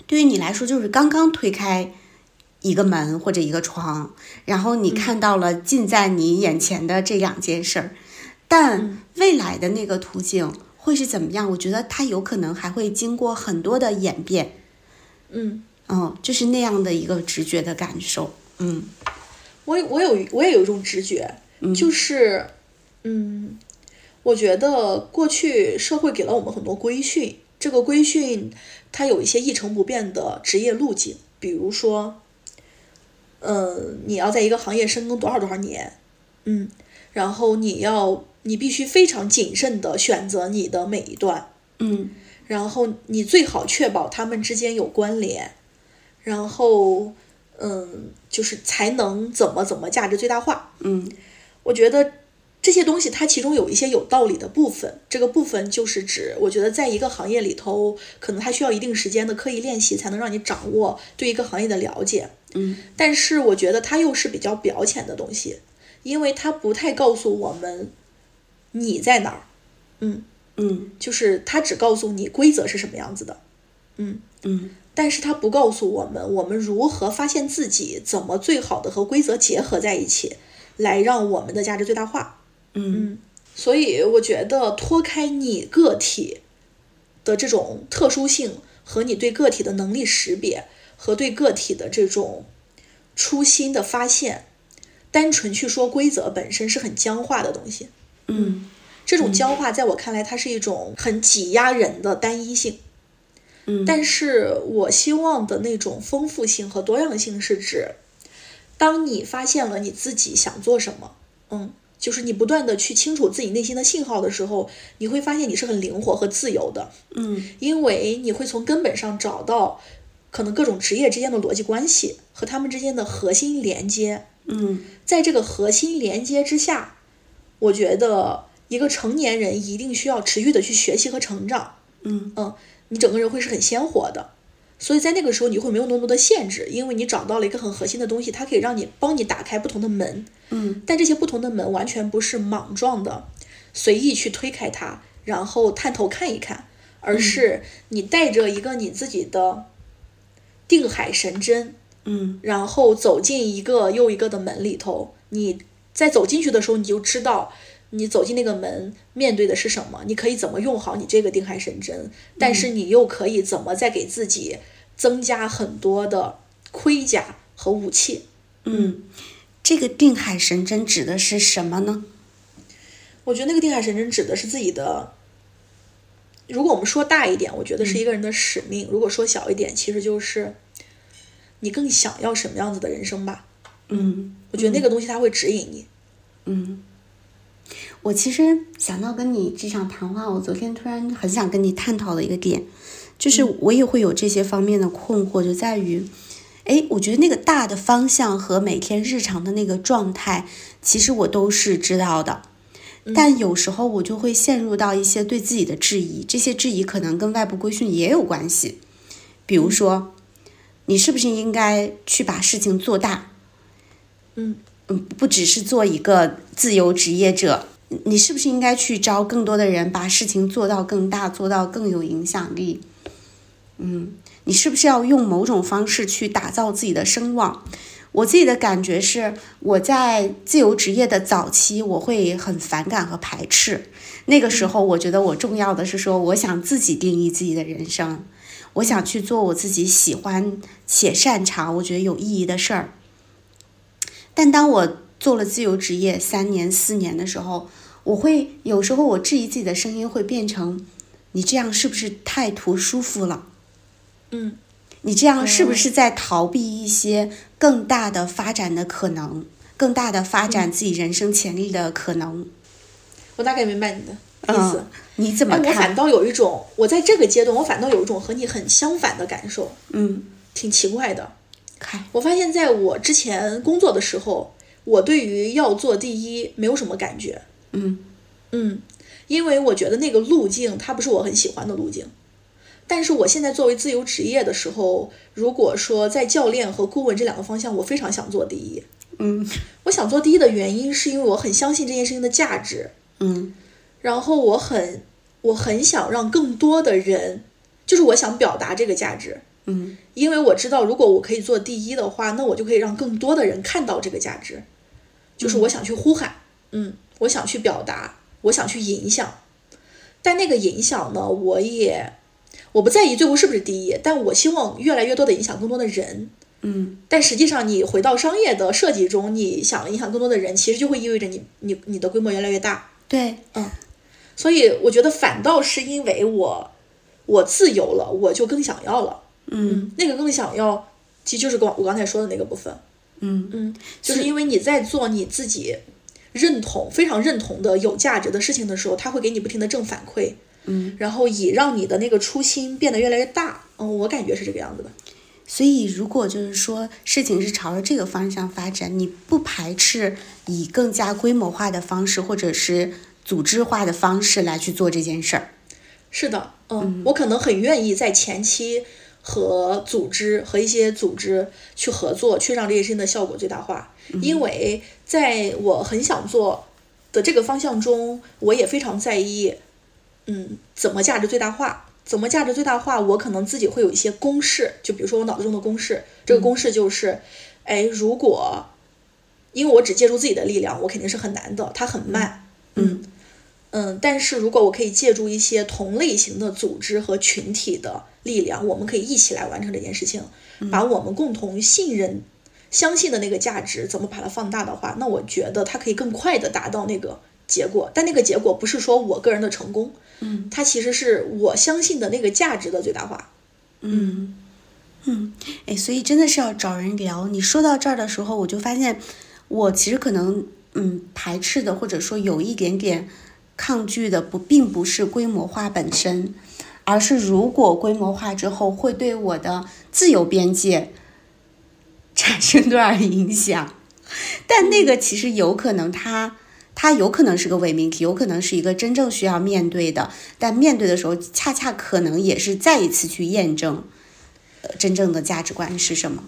[SPEAKER 1] 对于你来说，就是刚刚推开一个门或者一个窗，然后你看到了近在你眼前的这两件事儿，但未来的那个途径会是怎么样？我觉得它有可能还会经过很多的演变，
[SPEAKER 2] 嗯，
[SPEAKER 1] 嗯，就是那样的一个直觉的感受，嗯
[SPEAKER 2] 我我有我也有一种直觉，就是，嗯，我觉得过去社会给了我们很多规训，这个规训它有一些一成不变的职业路径，比如说，嗯，你要在一个行业深耕多少多少年，嗯，然后你要你必须非常谨慎的选择你的每一段，
[SPEAKER 1] 嗯
[SPEAKER 2] 然后你最好确保他们之间有关联，然后嗯，就是才能怎么怎么价值最大化。
[SPEAKER 1] 嗯
[SPEAKER 2] 我觉得这些东西它其中有一些有道理的部分，这个部分就是指，我觉得在一个行业里头，可能它需要一定时间的刻意练习，才能让你掌握对一个行业的了解。
[SPEAKER 1] 嗯，
[SPEAKER 2] 但是我觉得它又是比较表浅的东西，因为它不太告诉我们你在哪儿。嗯，
[SPEAKER 1] 嗯
[SPEAKER 2] 就是它只告诉你规则是什么样子的。嗯，
[SPEAKER 1] 嗯
[SPEAKER 2] 但是它不告诉我们我们如何发现自己，怎么最好的和规则结合在一起，来让我们的价值最大化。
[SPEAKER 1] 嗯
[SPEAKER 2] 所以我觉得脱开你个体的这种特殊性和你对个体的能力识别和对个体的这种初心的发现，单纯去说规则本身是很僵化的东西。
[SPEAKER 1] 嗯
[SPEAKER 2] 这种僵化在我看来，它是一种很挤压人的单一性。
[SPEAKER 1] 嗯
[SPEAKER 2] 但是我希望的那种丰富性和多样性是指，当你发现了你自己想做什么，嗯，就是你不断的去清楚自己内心的信号的时候，你会发现你是很灵活和自由的，
[SPEAKER 1] 嗯
[SPEAKER 2] 因为你会从根本上找到可能各种职业之间的逻辑关系和他们之间的核心连接。
[SPEAKER 1] 嗯
[SPEAKER 2] 在这个核心连接之下，我觉得一个成年人一定需要持续的去学习和成长。
[SPEAKER 1] 嗯
[SPEAKER 2] 嗯，你整个人会是很鲜活的。所以在那个时候，你会没有那么多的限制，因为你找到了一个很核心的东西，它可以让你帮你打开不同的门。
[SPEAKER 1] 嗯
[SPEAKER 2] 但这些不同的门完全不是莽撞的，随意去推开它，然后探头看一看，
[SPEAKER 1] 嗯
[SPEAKER 2] 而是你带着一个你自己的定海神针，
[SPEAKER 1] 嗯
[SPEAKER 2] 然后走进一个又一个的门里头。你在走进去的时候，你就知道你走进那个门面对的是什么，你可以怎么用好你这个定海神针，但是你又可以怎么再给自己增加很多的盔甲和武器。
[SPEAKER 1] 嗯，这个定海神针指的是什么呢？
[SPEAKER 2] 我觉得那个定海神针指的是自己的。如果我们说大一点，我觉得是一个人的使命；如果说小一点，其实就是你更想要什么样子的人生吧。
[SPEAKER 1] 嗯
[SPEAKER 2] 我觉得那个东西它会指引你。
[SPEAKER 1] 嗯，我其实想到跟你这场谈话，我昨天突然很想跟你探讨的一个点，就是我也会有这些方面的困惑，就在于。诶，我觉得那个大的方向和每天日常的那个状态，其实我都是知道的，但有时候我就会陷入到一些对自己的质疑，这些质疑可能跟外部规训也有关系，比如说，你是不是应该去把事情做大？
[SPEAKER 2] 嗯
[SPEAKER 1] 嗯，不只是做一个自由职业者，你是不是应该去招更多的人，把事情做到更大，做到更有影响力？嗯，你是不是要用某种方式去打造自己的声望？我自己的感觉是，我在自由职业的早期，我会很反感和排斥。那个时候，我觉得我重要的是说，我想自己定义自己的人生，我想去做我自己喜欢且擅长、我觉得有意义的事儿。但当我做了自由职业三年、四年的时候，我会有时候我质疑自己的声音会变成：你这样是不是太图舒服了？
[SPEAKER 2] 嗯
[SPEAKER 1] 你这样是不是在逃避一些更大的发展的可能，更大的
[SPEAKER 2] 嗯
[SPEAKER 1] 发展自己人生潜力的可能？
[SPEAKER 2] 我大概明白你的意思。哎
[SPEAKER 1] 嗯，你怎么
[SPEAKER 2] 但我反
[SPEAKER 1] 看？
[SPEAKER 2] 倒有一种，我在这个阶段，我反倒有一种和你很相反的感受，
[SPEAKER 1] 嗯，
[SPEAKER 2] 挺奇怪的。
[SPEAKER 1] 看，
[SPEAKER 2] 我发现在我之前工作的时候，我对于要做第一没有什么感觉。
[SPEAKER 1] 嗯
[SPEAKER 2] 嗯，因为我觉得那个路径它不是我很喜欢的路径。但是我现在作为自由职业的时候，如果说在教练和顾问这两个方向，我非常想做第一。
[SPEAKER 1] 嗯
[SPEAKER 2] 我想做第一的原因是因为我很相信这件事情的价值，
[SPEAKER 1] 嗯
[SPEAKER 2] 然后我很我很想让更多的人，就是我想表达这个价值。
[SPEAKER 1] 嗯
[SPEAKER 2] 因为我知道，如果我可以做第一的话，那我就可以让更多的人看到这个价值，就是我想去呼喊，嗯，我想去表达，我想去影响。但那个影响呢，我也我不在意最后是不是第一，但我希望越来越多的影响更多的人。
[SPEAKER 1] 嗯
[SPEAKER 2] 但实际上，你回到商业的设计中，你想影响更多的人，其实就会意味着你你你的规模越来越大，
[SPEAKER 1] 对，嗯
[SPEAKER 2] 所以我觉得反倒是因为我我自由了，我就更想要了。
[SPEAKER 1] 嗯，
[SPEAKER 2] 那个更想要，其实就是刚我刚才说的那个部分，
[SPEAKER 1] 嗯
[SPEAKER 2] 嗯，就是因为你在做你自己认同、非常认同的有价值的事情的时候，他会给你不停的正反馈，
[SPEAKER 1] 嗯，
[SPEAKER 2] 然后以让你的那个初心变得越来越大。嗯，我感觉是这个样子的。
[SPEAKER 1] 所以如果就是说事情是朝着这个方向发展，你不排斥以更加规模化的方式或者是组织化的方式来去做这件事儿。
[SPEAKER 2] 是的，嗯，我可能很愿意在前期和组织和一些组织去合作，去让这件事情的效果最大化。因为在我很想做的这个方向中，我也非常在意，嗯，怎么价值最大化。怎么价值最大化？我可能自己会有一些公式，就比如说我脑子中的公式，这个公式就是，哎，如果因为我只借助自己的力量，我肯定是很难的，它很慢，
[SPEAKER 1] 嗯
[SPEAKER 2] 嗯，但是如果我可以借助一些同类型的组织和群体的力量，我们可以一起来完成这件事情，把我们共同信任、相信的那个价值，怎么把它放大的话，那我觉得它可以更快的达到那个结果。但那个结果不是说我个人的成功，
[SPEAKER 1] 嗯，
[SPEAKER 2] 它其实是我相信的那个价值的最大化。
[SPEAKER 1] 嗯，嗯，哎，所以真的是要找人聊。你说到这儿的时候，我就发现我其实可能嗯排斥的，或者说有一点点抗拒的不，并不是规模化本身，而是如果规模化之后会对我的自由边界产生多少影响。但那个其实有可能它。它有可能是个伪命题，有可能是一个真正需要面对的，但面对的时候，恰恰可能也是再一次去验证，呃，真正的价值观是什么。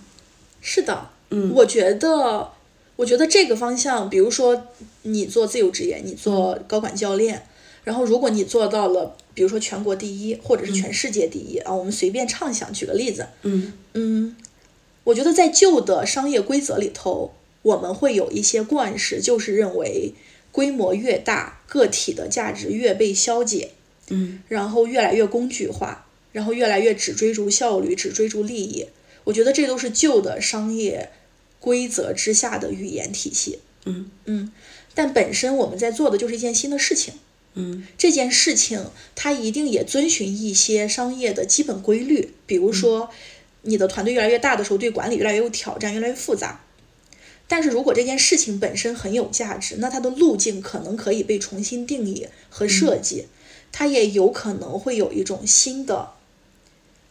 [SPEAKER 2] 是的，嗯，我觉得，我觉得这个方向，比如说你做自由职业，你做高管教练，然后如果你做到了，比如说全国第一，或者是全世界第一、啊，我们随便畅想，举个例子，
[SPEAKER 1] 嗯
[SPEAKER 2] 嗯，我觉得在旧的商业规则里头，我们会有一些惯识，就是认为规模越大，个体的价值越被消解，
[SPEAKER 1] 嗯
[SPEAKER 2] 然后越来越工具化，然后越来越只追逐效率，只追逐利益。我觉得这都是旧的商业规则之下的语言体系。
[SPEAKER 1] 嗯
[SPEAKER 2] 嗯，但本身我们在做的就是一件新的事情。
[SPEAKER 1] 嗯
[SPEAKER 2] 这件事情它一定也遵循一些商业的基本规律，比如说你的团队越来越大的时候，对管理越来越有挑战，越来越复杂。但是如果这件事情本身很有价值，那它的路径可能可以被重新定义和设计，它也有可能会有一种新的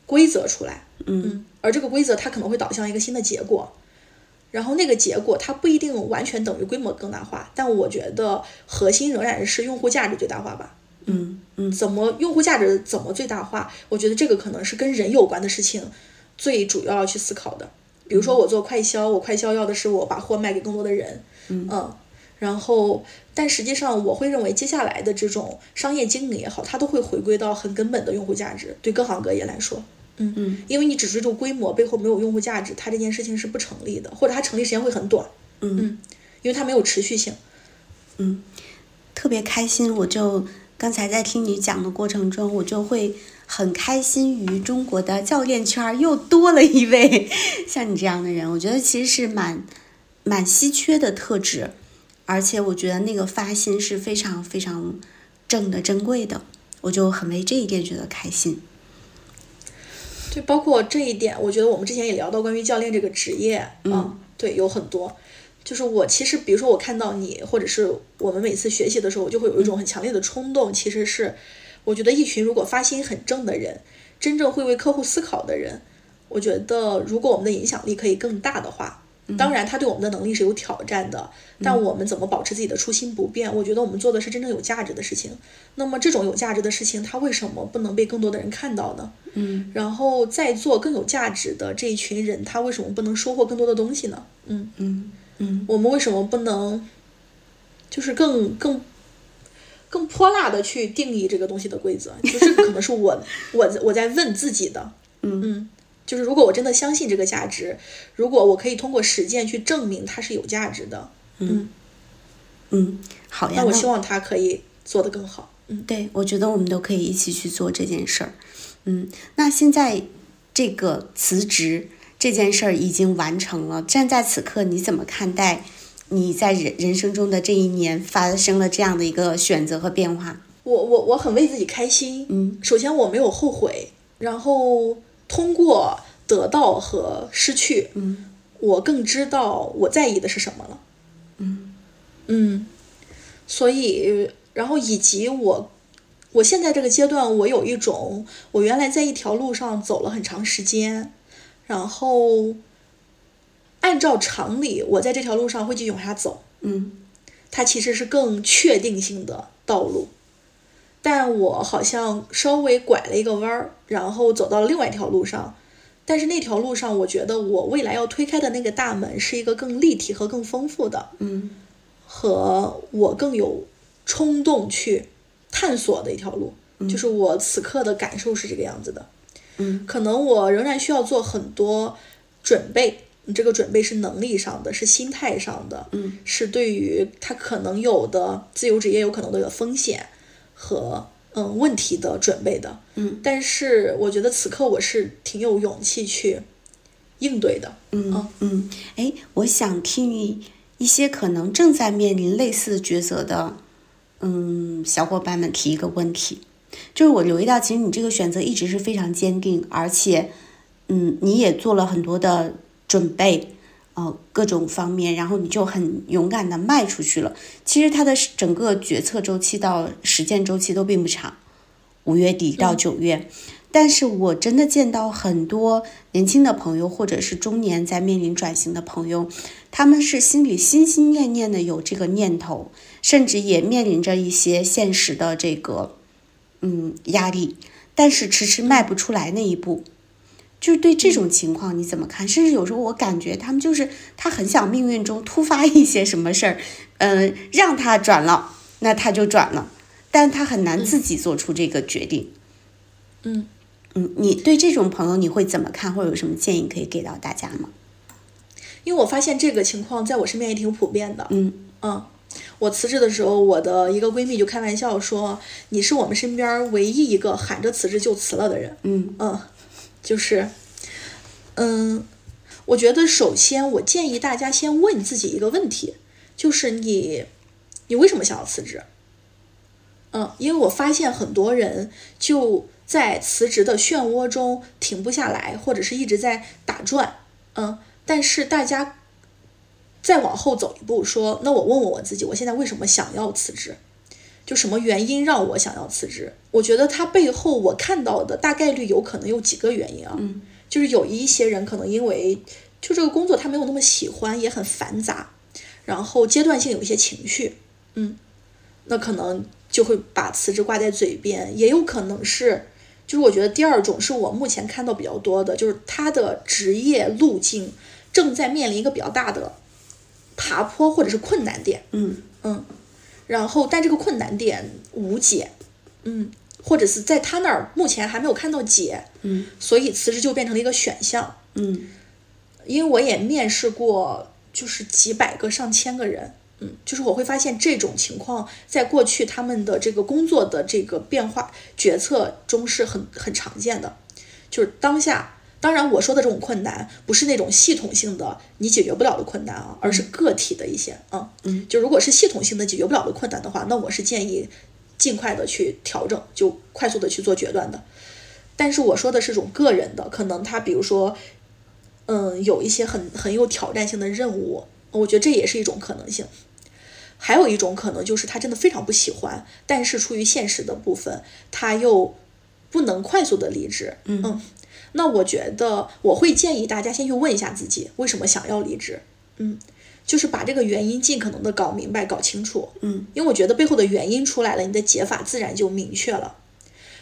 [SPEAKER 2] 规则出来。
[SPEAKER 1] 嗯
[SPEAKER 2] 而这个规则它可能会导向一个新的结果，然后那个结果它不一定完全等于规模更大化，但我觉得核心仍然是用户价值最大化吧。
[SPEAKER 1] 嗯嗯
[SPEAKER 2] 怎么用户价值怎么最大化？我觉得这个可能是跟人有关的事情，最主要要去思考的。比如说我做快销，我快销要的是我把货卖给更多的人，嗯然后但实际上我会认为接下来的这种商业经营也好，它都会回归到很根本的用户价值，对各行各业来说。嗯
[SPEAKER 1] 嗯，
[SPEAKER 2] 因为你只追逐规模，背后没有用户价值，它这件事情是不成立的，或者它成立时间会很短，
[SPEAKER 1] 嗯，
[SPEAKER 2] 因为它没有持续性。
[SPEAKER 1] 特别开心。我就刚才在听你讲的过程中，我就会很开心于中国的教练圈儿又多了一位像你这样的人，我觉得其实是蛮蛮稀缺的特质，而且我觉得那个发心是非常非常正的珍贵的，我就很为这一点觉得开心。
[SPEAKER 2] 对，包括这一点，我觉得我们之前也聊到关于教练这个职业，
[SPEAKER 1] 嗯
[SPEAKER 2] 啊，对，有很多。就是我其实，比如说我看到你，或者是我们每次学习的时候，我就会有一种很强烈的冲动，其实是我觉得一群如果发心很正的人，真正会为客户思考的人，我觉得如果我们的影响力可以更大的话，当然他对我们的能力是有挑战的，但我们怎么保持自己的初心不变？我觉得我们做的是真正有价值的事情。那么这种有价值的事情，它为什么不能被更多的人看到呢？
[SPEAKER 1] 嗯，
[SPEAKER 2] 然后在做更有价值的这一群人，他为什么不能收获更多的东西呢？嗯，
[SPEAKER 1] 嗯嗯
[SPEAKER 2] 我们为什么不能就是更更更泼辣的去定义这个东西的规则？就这个可能是我我我在问自己的，
[SPEAKER 1] 嗯
[SPEAKER 2] 就是如果我真的相信这个价值，如果我可以通过实践去证明它是有价值的，
[SPEAKER 1] 嗯嗯，好呀，
[SPEAKER 2] 那我希
[SPEAKER 1] 望
[SPEAKER 2] 望它可以做得更好。嗯，
[SPEAKER 1] 对，我觉得我们都可以一起去做这件事儿。嗯，那现在这个辞职这件事儿已经完成了，站在此刻你怎么看待你在人人生中的这一年发生了这样的一个选择和变化？
[SPEAKER 2] 我我我很为自己开心。
[SPEAKER 1] 嗯
[SPEAKER 2] 首先我没有后悔，然后通过得到和失去，
[SPEAKER 1] 嗯
[SPEAKER 2] 我更知道我在意的是什么了。
[SPEAKER 1] 嗯
[SPEAKER 2] 嗯，所以然后以及我。我现在这个阶段，我有一种我原来在一条路上走了很长时间，然后按照常理，我在这条路上会继续往下走，
[SPEAKER 1] 嗯
[SPEAKER 2] 它其实是更确定性的道路，但我好像稍微拐了一个弯儿，然后走到了另外一条路上。但是那条路上，我觉得我未来要推开的那个大门是一个更立体和更丰富的，
[SPEAKER 1] 嗯
[SPEAKER 2] 和我更有冲动去探索的一条路。就是我此刻的感受是这个样子的。
[SPEAKER 1] 嗯
[SPEAKER 2] 可能我仍然需要做很多准备，这个准备是能力上的，是心态上的，
[SPEAKER 1] 嗯，
[SPEAKER 2] 是对于他可能有的自由职业有可能的风险和嗯问题的准备的，
[SPEAKER 1] 嗯，
[SPEAKER 2] 但是我觉得此刻我是挺有勇气去应对的，
[SPEAKER 1] 嗯嗯，哎，我想听你一些可能正在面临类似抉择的，嗯，小伙伴们提一个问题，就是我留意到，其实你这个选择一直是非常坚定，而且，嗯，你也做了很多的准备，呃，各种方面，然后你就很勇敢的迈出去了。其实它的整个决策周期到实践周期都并不长，五月底到九月。但是我真的见到很多年轻的朋友，或者是中年在面临转型的朋友，他们是心里心心念念的有这个念头，甚至也面临着一些现实的这个嗯压力，但是迟迟迈不出来那一步。就是对这种情况你怎么看？甚至有时候我感觉他们就是他很想命运中突发一些什么事儿，嗯、让他转了，那他就转了，但他很难自己做出这个决定。
[SPEAKER 2] 嗯。
[SPEAKER 1] 嗯，你对这种朋友你会怎么看，或者有什么建议可以给到大家吗？
[SPEAKER 2] 因为我发现这个情况在我身边也挺普遍的，
[SPEAKER 1] 嗯
[SPEAKER 2] 嗯，我辞职的时候，我的一个闺蜜就开玩笑说：“你是我们身边唯一一个喊着辞职就辞了的人。
[SPEAKER 1] 嗯”
[SPEAKER 2] 嗯，就是，嗯，我觉得首先我建议大家先问自己一个问题，就是你，你为什么想要辞职？嗯，因为我发现很多人就在辞职的漩涡中停不下来，或者是一直在打转。嗯，但是大家再往后走一步说那我问问我自己，我现在为什么想要辞职？就什么原因让我想要辞职？我觉得它背后我看到的大概率有可能有几个原因啊，
[SPEAKER 1] 嗯
[SPEAKER 2] 就是有一些人可能因为就这个工作他没有那么喜欢，也很繁杂，然后阶段性有一些情绪，嗯，那可能就会把辞职挂在嘴边，也有可能是。就是我觉得第二种是我目前看到比较多的，就是他的职业路径正在面临一个比较大的爬坡或者是困难点，
[SPEAKER 1] 嗯
[SPEAKER 2] 嗯，然后但这个困难点无解，嗯，或者是在他那儿目前还没有看到解，
[SPEAKER 1] 嗯
[SPEAKER 2] 所以辞职就变成了一个选项。
[SPEAKER 1] 嗯
[SPEAKER 2] 因为我也面试过，就是几百个、上千个人，嗯，就是我会发现这种情况在过去他们的这个工作的这个变化决策中是很很常见的，就是当下。当然，我说的这种困难不是那种系统性的你解决不了的困难啊，而是个体的一些啊。
[SPEAKER 1] 嗯，
[SPEAKER 2] 就如果是系统性的解决不了的困难的话，那我是建议尽快的去调整，就快速的去做决断的。但是我说的是种个人的，可能他比如说，嗯，有一些很很有挑战性的任务，我觉得这也是一种可能性。还有一种可能就是他真的非常不喜欢，但是出于现实的部分，他又不能快速的离职。嗯那我觉得我会建议大家先去问一下自己，为什么想要离职？嗯，就是把这个原因尽可能的搞明白、搞清楚。
[SPEAKER 1] 嗯，
[SPEAKER 2] 因为我觉得背后的原因出来了，你的解法自然就明确了。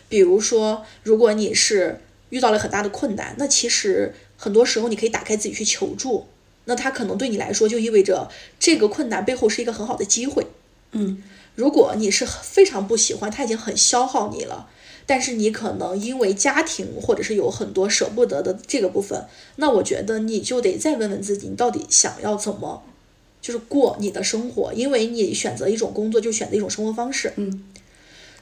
[SPEAKER 2] 比如说，如果你是遇到了很大的困难，那其实很多时候你可以打开自己去求助。那它可能对你来说就意味着这个困难背后是一个很好的机会。
[SPEAKER 1] 嗯，
[SPEAKER 2] 如果你是非常不喜欢，它已经很消耗你了，但是你可能因为家庭或者是有很多舍不得的这个部分，那我觉得你就得再问问自己，你到底想要怎么，就是过你的生活，因为你选择一种工作就选择一种生活方式。
[SPEAKER 1] 嗯，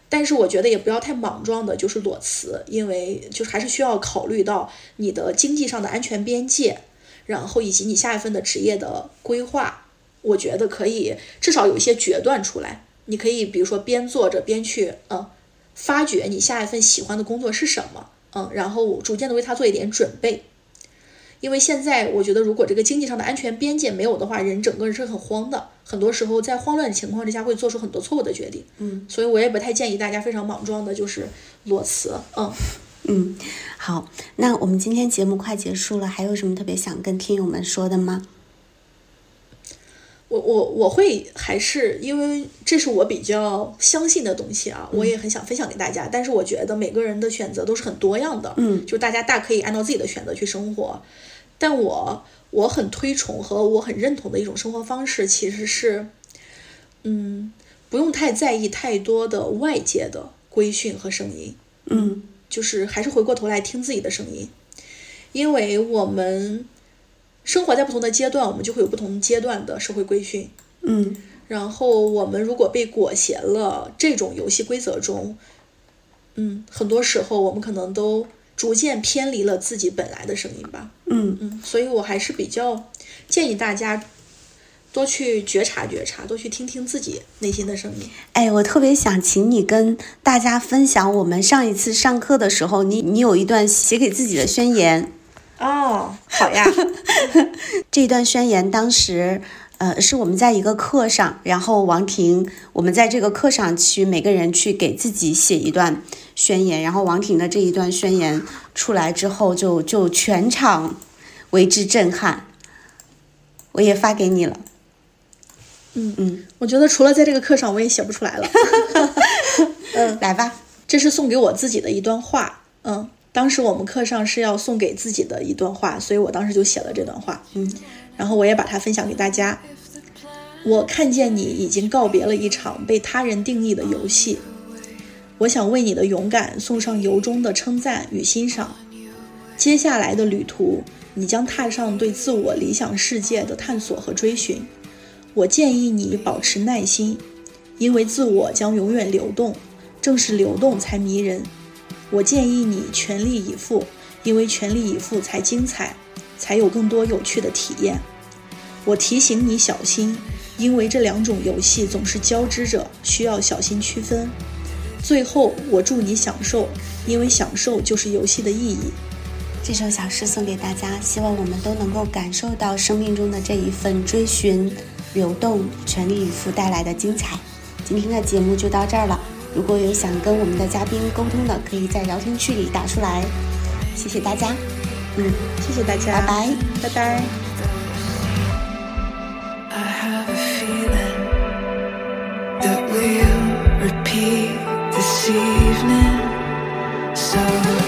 [SPEAKER 2] 但是我觉得也不要太莽撞的，就是裸辞，因为就是还是需要考虑到你的经济上的安全边界，然后以及你下一份的职业的规划，我觉得可以至少有一些决断出来。你可以比如说边做着边去，嗯，发掘你下一份喜欢的工作是什么，嗯，然后逐渐的为它做一点准备。因为现在我觉得，如果这个经济上的安全边界没有的话，人整个人是很慌的，很多时候在慌乱的情况之下会做出很多错误的决定。
[SPEAKER 1] 嗯，
[SPEAKER 2] 所以我也不太建议大家非常莽撞的，就是裸辞。嗯，
[SPEAKER 1] 嗯，好，那我们今天节目快结束了，还有什么特别想跟听友们说的吗？
[SPEAKER 2] 我我我会还是因为这是我比较相信的东西啊，我也很想分享给大家。但是我觉得每个人的选择都是很多样的，
[SPEAKER 1] 嗯
[SPEAKER 2] 就大家大可以按照自己的选择去生活。但我我很推崇和我很认同的一种生活方式，其实是，嗯，不用太在意太多的外界的规训和声音，
[SPEAKER 1] 嗯
[SPEAKER 2] 就是还是回过头来听自己的声音，因为我们生活在不同的阶段，我们就会有不同阶段的社会规训。
[SPEAKER 1] 嗯
[SPEAKER 2] 然后我们如果被裹挟了这种游戏规则中，嗯，很多时候我们可能都逐渐偏离了自己本来的声音吧。
[SPEAKER 1] 嗯
[SPEAKER 2] 嗯，所以我还是比较建议大家多去觉察觉察，多去听听自己内心的声音。
[SPEAKER 1] 哎，我特别想请你跟大家分享，我们上一次上课的时候，你你有一段写给自己的宣言。
[SPEAKER 2] 哦，好呀，
[SPEAKER 1] 这一段宣言当时，呃，是我们在一个课上，然后王婷，我们在这个课上去每个人去给自己写一段宣言，然后王婷的这一段宣言出来之后就，就全场为之震撼。我也发给你了。
[SPEAKER 2] 我觉得除了在这个课上，我也写不出来了。
[SPEAKER 1] 来吧，
[SPEAKER 2] 这是送给我自己的一段话，嗯，当时我们课上是要送给自己的一段话，所以我当时就写了这段话，嗯，然后我也把它分享给大家。我看见你已经告别了一场被他人定义的游戏，我想为你的勇敢送上由衷的称赞与欣赏。接下来的旅途，你将踏上对自我理想世界的探索和追寻。我建议你保持耐心，因为自我将永远流动，正是流动才迷人。我建议你全力以赴，因为全力以赴才精彩，才有更多有趣的体验。我提醒你小心，因为这两种游戏总是交织着，需要小心区分。最后，我祝你享受，因为享受就是游戏的意义。
[SPEAKER 1] 这首小诗送给大家，希望我们都能够感受到生命中的这一份追寻、流动、全力以赴带来的精彩。今天的节目就到这儿了，如果有想跟我们的嘉宾沟通的，可以在聊天区里打出来。谢谢大家，嗯，
[SPEAKER 2] 谢谢大家，
[SPEAKER 1] 拜拜。
[SPEAKER 2] 拜拜。
[SPEAKER 3] I have a feeling that we'll repeat this evening. So